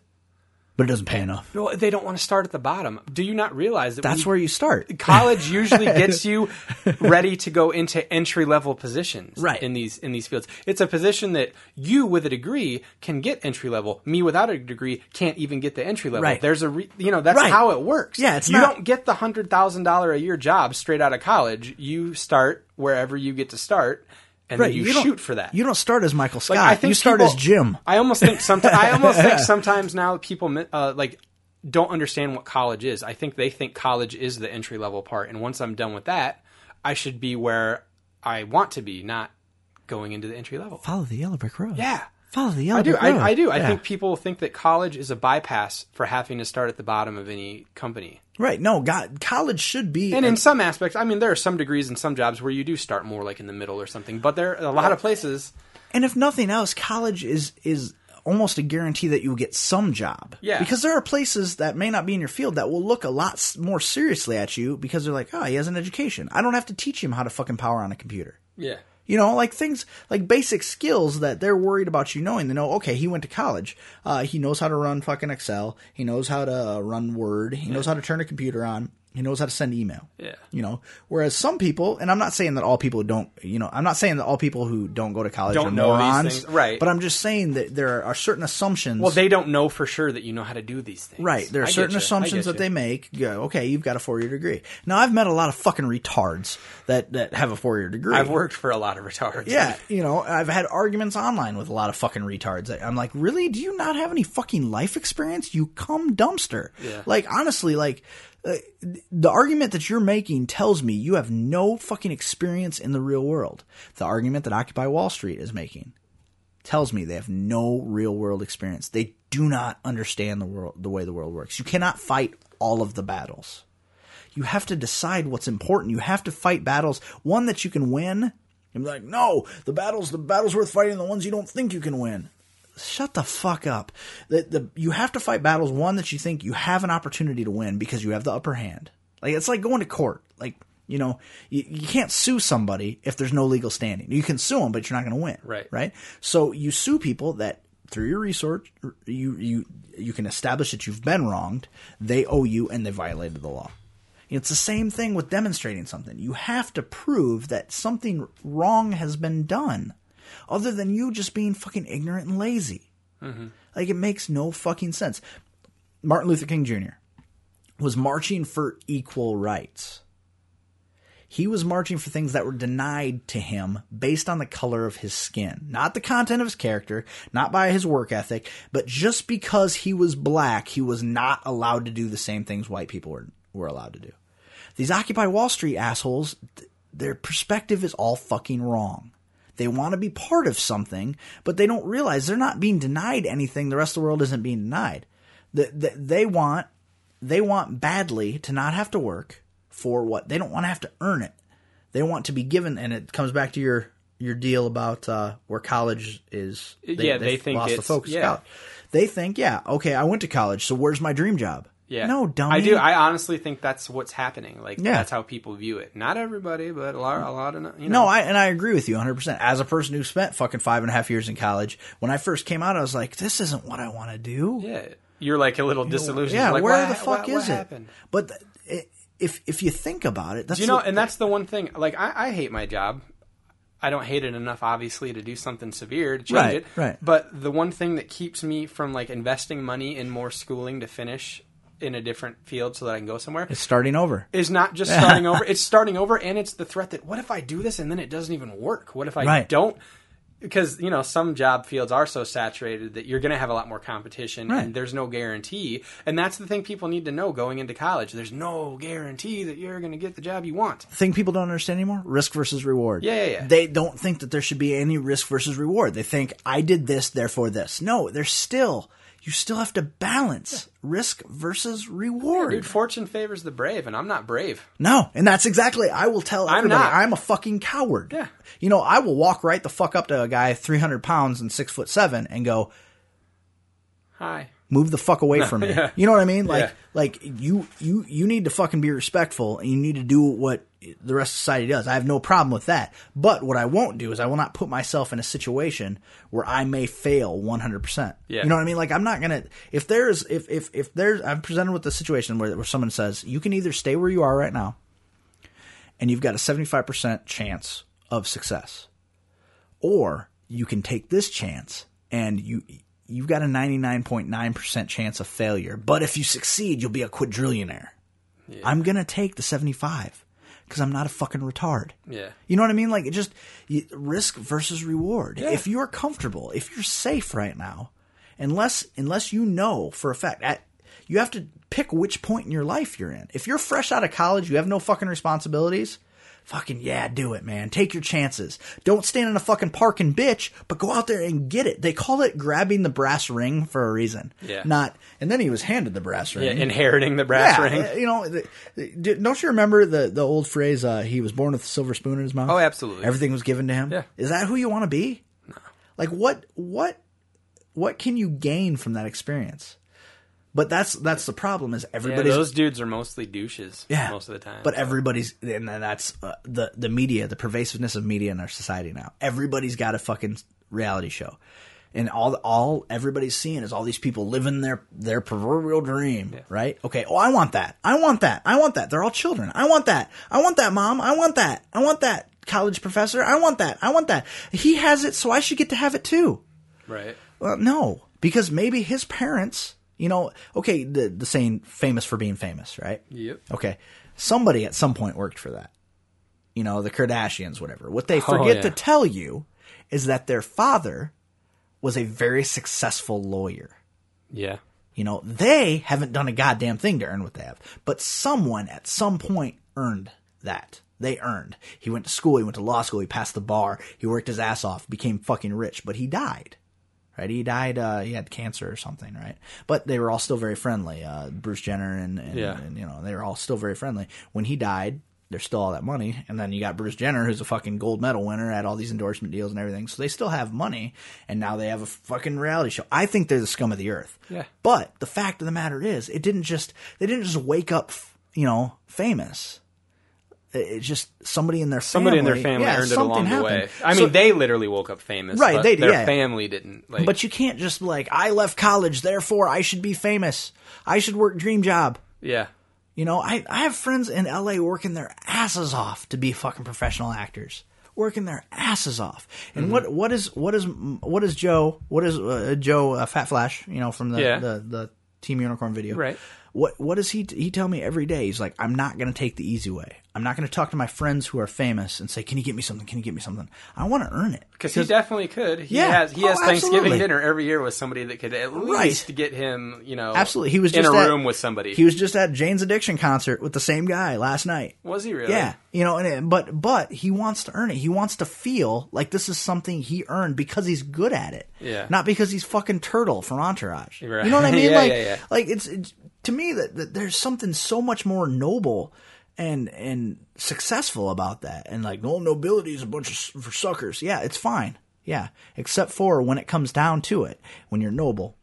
But it doesn't pay enough.
Well, they don't want to start at the bottom. Do you not realize that
That's
when
where you start.
[laughs] college
[laughs]
usually gets you ready to go into entry level positions
Right.
in these in these fields. It's a position that you with a degree can get entry level. Me without a degree can't even get the entry level.
Right.
There's a re- you know that's
Right.
how it works.
Yeah, it's
you
not-
don't get the hundred thousand dollar a year job straight out of college. You start wherever you get to start, and then you,
don't-
shoot for that.
You don't start as Michael Scott.
Like, I think
you start
people-
as Jim.
I almost think sometimes I almost
[laughs]
think sometimes now people mi- uh, like don't understand what college is. I think they think college is the entry level part, and once I'm done with that, I should be where I want to be, not going into the entry level.
Follow the yellow brick road.
Yeah.
Follow the yellow
I do.
brick road.
I, I do. I
Yeah.
think people think that college is a bypass for having to start at the bottom of any company.
Right. No, God, college should be.
And in some aspects, I mean, there are some degrees and some jobs where you do start more like in the middle or something. But there are a lot of places.
and if nothing else, college is is almost a guarantee that you'll get some job.
Yeah.
Because there are places that may not be in your field that will look a lot s- more seriously at you because they're like, oh, he has an education. I don't have to teach him how to fucking power on a computer.
Yeah.
You know, like things like basic skills that they're worried about you knowing. They know, okay, he went to college. Uh, he knows how to run fucking Excel. He knows how to uh, run Word. He knows how to turn a computer on. He knows how to send email.
Yeah.
You know, whereas some people, and I'm not saying that all people don't, you know, I'm not saying that all people who don't go to college
Don't
are
know these
morons,
things, right.
But I'm just saying that there are certain assumptions.
Well, they don't know for sure that you know how to do these things.
Right. There are
I get
certain
you. I
assumptions
get
that
you.
they make. You go, okay, you've got a four year degree. Now, I've met a lot of fucking retards that, that have a four year degree.
I've worked for a lot of retards.
Yeah, you know, I've had arguments online with a lot of fucking retards. I- I'm like, really? Do you not have any fucking life experience? You cum dumpster.
Yeah.
Like, honestly, like, uh, th- the argument that you're making tells me you have no fucking experience in the real world. The argument that Occupy Wall Street is making tells me they have no real world experience. They do not understand the world, the way the world works. You cannot fight all of the battles. You have to decide what's important. You have to fight battles, one that you can win. I'm like, no, the battles, the battles worth fighting, are the ones you don't think you can win. Shut the fuck up. The, the, you have to fight battles, one that you think you have an opportunity to win because you have the upper hand. Like, it's like going to court. Like, you know, you, you can't sue somebody if there's no legal standing. You can sue them, but you're not going to win.
Right.
Right. So you sue people that through your research, you, you, you can establish that you've been wronged. They owe you and they violated the law. It's the same thing with demonstrating something. You have to prove that something wrong has been done, other than you just being fucking ignorant and lazy. Like it makes no fucking sense. Martin Luther King Jr. was marching for equal rights. He was marching for things that were denied to him based on the color of his skin, not the content of his character, not by his work ethic, but just because he was black, he was not allowed to do the same things white people were, were allowed to do. These Occupy Wall Street assholes, th- their perspective is all fucking wrong. They want to be part of something, but they don't realize they're not being denied anything. The rest of the world isn't being denied. The, the, they want they want badly to not have to work for what they don't want to have to earn it. They want to be given, and it comes back to your your deal about uh, where college is.
Uh, Yeah, they think
lost the
it's-
focus. of
yeah.
college. They think, yeah, okay, I went to college, so where's my dream job?
[laughs] Yeah.
no, dummy.
I do. I honestly think that's what's happening. Like
Yeah.
that's how people view it. Not everybody, but a lot, a lot of you know.
No, I and I agree with you 100. percent As a person who spent fucking five and a half years in college, when I first came out, I was like, "This isn't what I want to do."
yeah, you're like a little disillusioned.
Yeah,
like,
where
why-
the fuck
why-
is
what
it?
happened?
But th- it, if if you think about it, that's
Do you know,
what-
and that's the one thing. Like, I, I hate my job. I don't hate it enough, obviously, to do something severe to change
Right,
it.
right.
But the one thing that keeps me from like investing money in more schooling to finish in a different field so that I can go somewhere
it's starting over.
is
[laughs]
not just starting over. It's starting over, and it's the threat that what if I do this and then it doesn't even work? What if I
Right.
don't? Because you know some job fields are so saturated that you're going to have a lot more competition,
Right.
and there's no guarantee. And that's the thing people need to know going into college. There's no guarantee that you're going to get the job you want.
thing people don't understand anymore risk versus reward
Yeah, yeah, yeah.
they don't think that there should be any risk versus reward they think i did this therefore this no there's still you still have to balance risk versus reward
Dude, fortune favors the brave, and I'm not brave.
no and that's exactly i will tell
I'm
everybody
not.
i'm, a fucking coward
Yeah.
you know i will walk right the fuck up to a guy 300 pounds and 6 foot 7 and go
Hi.
move the fuck
[laughs]
away from me. You know what I mean? Like
Yeah.
like you you you need to fucking be respectful and you need to do what the rest of society does. I have no problem with that. But what I won't do is I will not put myself in a situation where I may fail 100%.
Yeah.
You know what I mean? Like I'm not going to if there's if if if there's I'm presented with a situation where, where someone says you can either stay where you are right now and you've got a 75% chance of success or you can take this chance and you you've got a 99.9% chance of failure but if you succeed you'll be a quadrillionaire i'm going to take the 75 cuz i'm not a fucking retard
Yeah.
you know what i mean like it just you, risk versus reward if you're comfortable if you're safe right now unless unless you know for a fact at, you have to pick which point in your life you're in if you're fresh out of college you have no fucking responsibilities Fucking yeah, do it, man. Take your chances. Don't stand in a fucking park and bitch, but go out there and get it. They call it grabbing the brass ring for a reason.
Yeah.
Not. And then he was handed the brass ring.
Yeah, inheriting the brass
Yeah,
ring.
uh, You know, the, the, don't you remember the, the old phrase? Uh, he was born with a silver spoon in his mouth.
Oh, absolutely.
Everything was given to him.
Yeah.
Is that who you want to be? No. Like what what what can you gain from that experience? But that's that's the problem is
Yeah,
everybody's
those dudes are mostly douches.
yeah.
Most of the time.
But everybody's, and then that's uh, the the media, the pervasiveness of media in our society now. Everybody's got a fucking reality show, and all all everybody's seeing is all these people living their their proverbial dream, right? Okay, oh, I want that, I want that, I want that. They're all children. I want that, I want that, mom, I want that, I want that. College professor, I want that, I want that. He has it, so I should get to have it too.
right.
Well, no, because maybe his parents, you know, okay, the the saying famous for being famous, right?
Yep.
Okay. Somebody at some point worked for that. You know, the Kardashians, whatever. What they forget
yeah.
to tell you is that their father was a very successful lawyer.
Yeah.
You know, they haven't done a goddamn thing to earn what they have, but someone at some point earned that. they earned. He went to school, he went to law school, he passed the bar, he worked his ass off, became fucking rich, but he died. Right? He died, uh, he had cancer or something, right? But they were all still very friendly. Uh, Bruce Jenner and, and,
Yeah.
and, you know, they were all still very friendly. When he died, there's still all that money. And then you got Bruce Jenner, who's a fucking gold medal winner, had all these endorsement deals and everything. So they still have money. And now they have a fucking reality show. I think they're the scum of the earth.
Yeah.
But the fact of the matter is, it didn't just, they didn't just wake up, you know, famous. It- It's just somebody in their
Somebody
family,
in their family
yeah,
earned it
something
along the
happened.
way. I
So-
mean, they literally woke up famous,
Right,
But
they did,
their
yeah.
family didn't. Like,
But you can't just be like, I left college, therefore I should be famous. I should work dream job.
yeah,
You know, I, I have friends in LA working their asses off to be fucking professional actors, working their asses off. And
Mm-hmm.
what what is what is what is Joe? What is uh, Joe uh, Fat Flash? You know, from the,
Yeah.
the the Team Unicorn video,
Right.
What what does he he tell me every day? He's like, I'm not going to take the easy way. I'm not going to talk to my friends who are famous and say, "Can you get me something? Can you get me something?" I want to earn it
because he definitely could. He
Yeah.
has he
Oh,
has Thanksgiving
absolutely.
dinner every year with somebody that could at
Right.
least get him. You know,
Absolutely, he was
in
just
a
at-
room with somebody.
He was just at Jane's Addiction concert with the same guy last night.
Was he really?
Yeah, you know, and it, but but he wants to earn it. He wants to feel like this is something he earned because he's good at it.
Yeah.
not because he's fucking turtle from Entourage.
Right.
You
[laughs]
know what I mean?
Yeah,
like
yeah, yeah.
like it's, it's to me that, that there's something so much more noble and and successful about that. And like, no nobility is a bunch of s- for suckers. Yeah, it's fine. Yeah, except for when it comes down to it, when you're noble,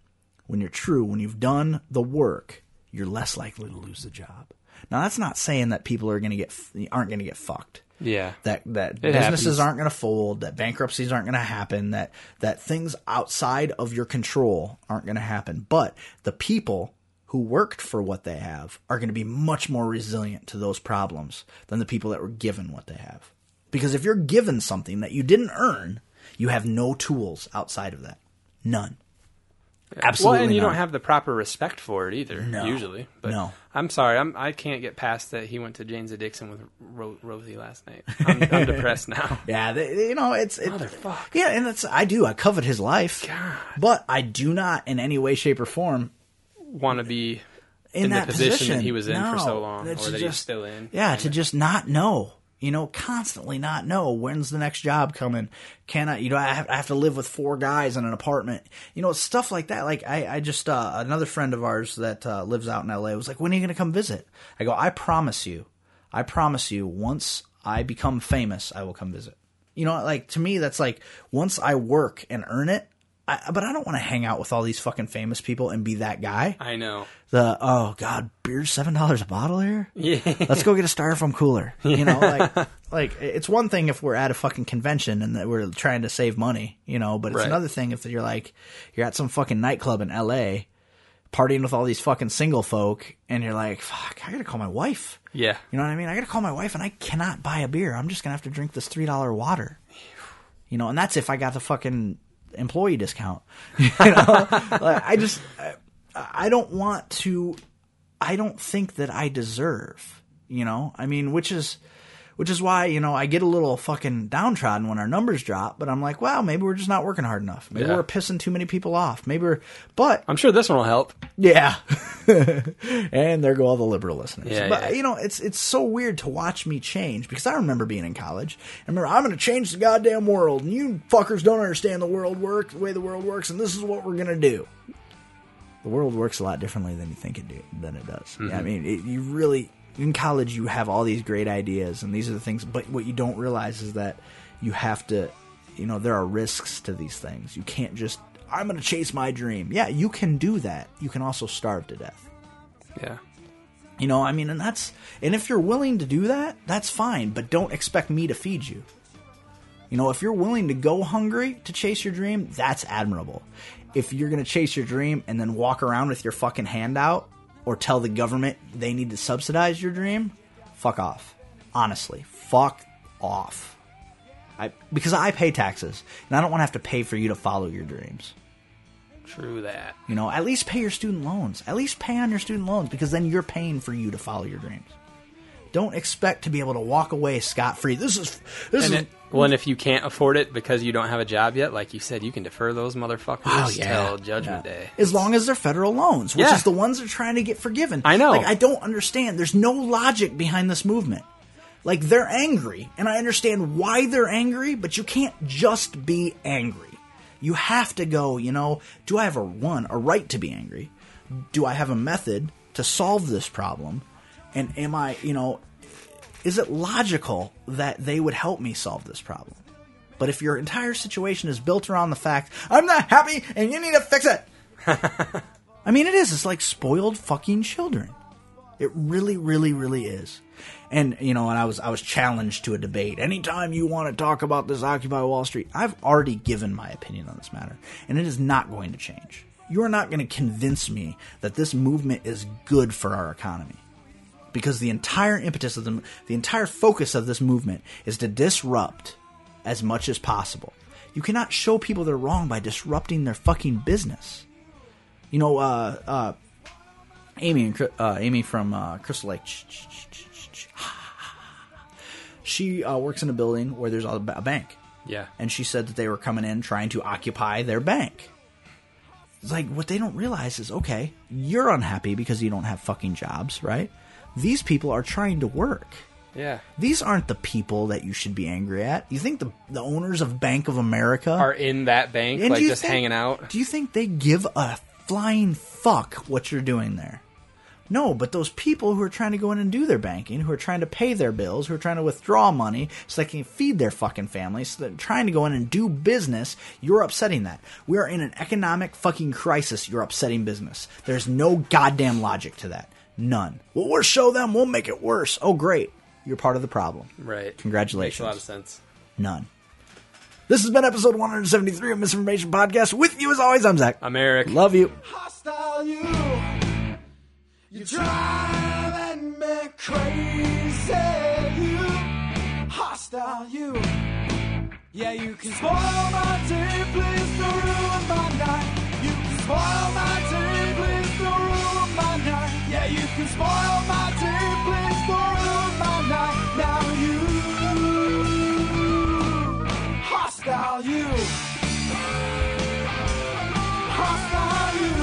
when you're true, when you've done the work, you're less likely to lose the job. Now that's not saying that people are going to get f- aren't going to get fucked.
Yeah.
That that
happens.
businesses aren't going to fold, that bankruptcies aren't going to happen, that that things outside of your control aren't going to happen. But the people who worked for what they have are going to be much more resilient to those problems than the people that were given what they have. Because if you're given something that you didn't earn, you have no tools outside of that. None. Absolutely.
Well, and you
none.
don't have the proper respect for it either. Usually, but
No.
I'm sorry, I'm, I can't get past that. He went to Jane's Addiction with Ro- Rosie last night. I'm,
[laughs]
I'm depressed now.
Yeah, they, you know it's it,
Motherfucker.
Yeah, and that's I do. I covet his life, but I do not in any way, shape, or form
Want to be
in,
in the
that
position, that he was in
No,
for so long, or
it's
that he's
just-
still in.
Yeah, to just not know, you know, constantly not know when's the next job coming. Can I, you know, I have, I have to live with four guys in an apartment, you know, stuff like that. Like I, I just uh, another friend of ours that uh, lives out in L.A. was like, when are you going to come visit? I go, I promise you, I promise you, once I become famous, I will come visit. You know, like to me, that's like once I work and earn it. I, but I don't want to hang out with all these fucking famous people and be that guy
I know.
the oh god beer's seven dollars a bottle here yeah let's go get a styrofoam cooler you know like like it's one thing if we're at a fucking convention and that we're trying to save money you know but it's
Right.
another thing if you're like you're at some fucking nightclub in la partying with all these fucking single folk and you're like fuck i gotta call my wife
Yeah.
you know what i mean i gotta call my wife and i cannot buy a beer i'm just gonna have to drink this three dollar water you know and that's if i got the fucking employee discount [laughs] you know like, i just I, I don't want to i don't think that i deserve you know i mean which is which is why you know i get a little fucking downtrodden when our numbers drop but i'm like wow maybe we're just not working hard enough maybe
Yeah.
we're pissing too many people off maybe we're but
I'm sure this one will help.
yeah. [laughs] and there go all the liberal listeners.
Yeah,
but
yeah.
you know, it's it's so weird to watch me change because I remember being in college. I remember I'm going to change the goddamn world and you fuckers don't understand the world work, the way the world works and this is what we're going to do. The world works a lot differently than you think it do, than it does. Yeah,
Mm-hmm.
I mean, it, you really in college you have all these great ideas and these are the things but what you don't realize is that you have to you know, there are risks to these things. You can't just I'm going to chase my dream. Yeah, you can do that. You can also starve to death.
Yeah.
You know, I mean, and that's and if you're willing to do that, that's fine, but don't expect me to feed you. You know, if you're willing to go hungry to chase your dream, that's admirable. If you're going to chase your dream and then walk around with your fucking hand out or tell the government they need to subsidize your dream, fuck off. Honestly, fuck off. I because I pay taxes and I don't want to have to pay for you to follow your dreams.
True that.
You know, at least pay your student loans. At least pay on your student loans because then you're paying for you to follow your dreams. Don't expect to be able to walk away scot free. This is this
And
is [clears throat]
it, well, and if you can't afford it because you don't have a job yet, like you said, you can defer those motherfuckers till Judgment
Oh, Yeah.
Day.
As long as they're federal loans, which
Yeah.
is the ones they're trying to get forgiven.
I know.
Like I don't understand. There's no logic behind this movement. Like they're angry, and I understand why they're angry, but you can't just be angry. You have to go, you know, do I have a one, a right to be angry? Do I have a method to solve this problem? And am I, you know, is it logical that they would help me solve this problem? But if your entire situation is built around the fact, I'm not happy and you need to fix it. I mean, it is. It's like spoiled fucking children. It really, really, really is. And you know, and I was I was challenged to a debate. Anytime you want to talk about this Occupy Wall Street, I've already given my opinion on this matter, and it is not going to change. You are not going to convince me that this movement is good for our economy. Because the entire impetus of the the entire focus of this movement is to disrupt as much as possible. You cannot show people they're wrong by disrupting their fucking business. You know, uh, uh, Amy and Cry- uh, Amy from uh, Crystal Lake. She uh, works in a building where there's a, ba- a bank,
Yeah.
and she said that they were coming in trying to occupy their bank. It's like what they don't realize is okay, you're unhappy because you don't have fucking jobs, right? These people are trying to work
yeah.
these aren't the people that you should be angry at. You think the the owners of Bank of America
Are in that bank,
and
like
do you
just
think-
hanging out.
Do you think they give a flying fuck what you're doing there? No, but those people who are trying to go in and do their banking, who are trying to pay their bills, who are trying to withdraw money so they can feed their fucking families, so they're trying to go in and do business, you're upsetting that. We are in an economic fucking crisis. You're upsetting business. There's no goddamn logic to that. None. Well, we'll show them. We'll make it worse. Oh, great. You're part of the problem.
Right.
Congratulations.
Makes a lot of sense.
None. This has been episode 173 of Misinformation Podcast. With you as always, I'm Zach.
I'm Eric.
Love you.
hostile you. You driving me crazy. You hostile you. Yeah, you can spoil my day, please don't ruin my night. You can spoil my day, please don't ruin my night. Yeah, you can spoil my day, please don't ruin my night. Now you hostile you hostile you.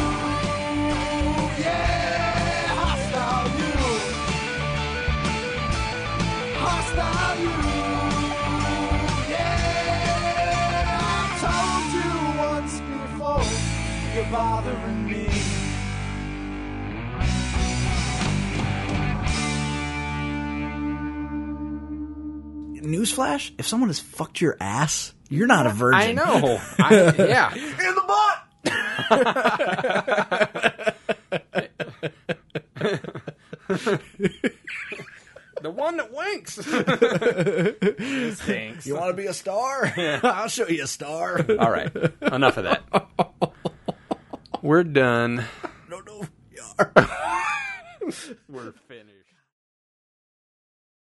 Yeah, hostile you. Hostile you. Yeah, I told you once before, you're bothering me.
Newsflash if someone has fucked your ass, you're not a virgin.
I
[laughs]
know. I, yeah.
In the butt!
The one that winks. [laughs]
You want to be a star? [laughs] I'll show you a star.
All right.
[laughs]
Enough of that. We're done.
no, no, you are.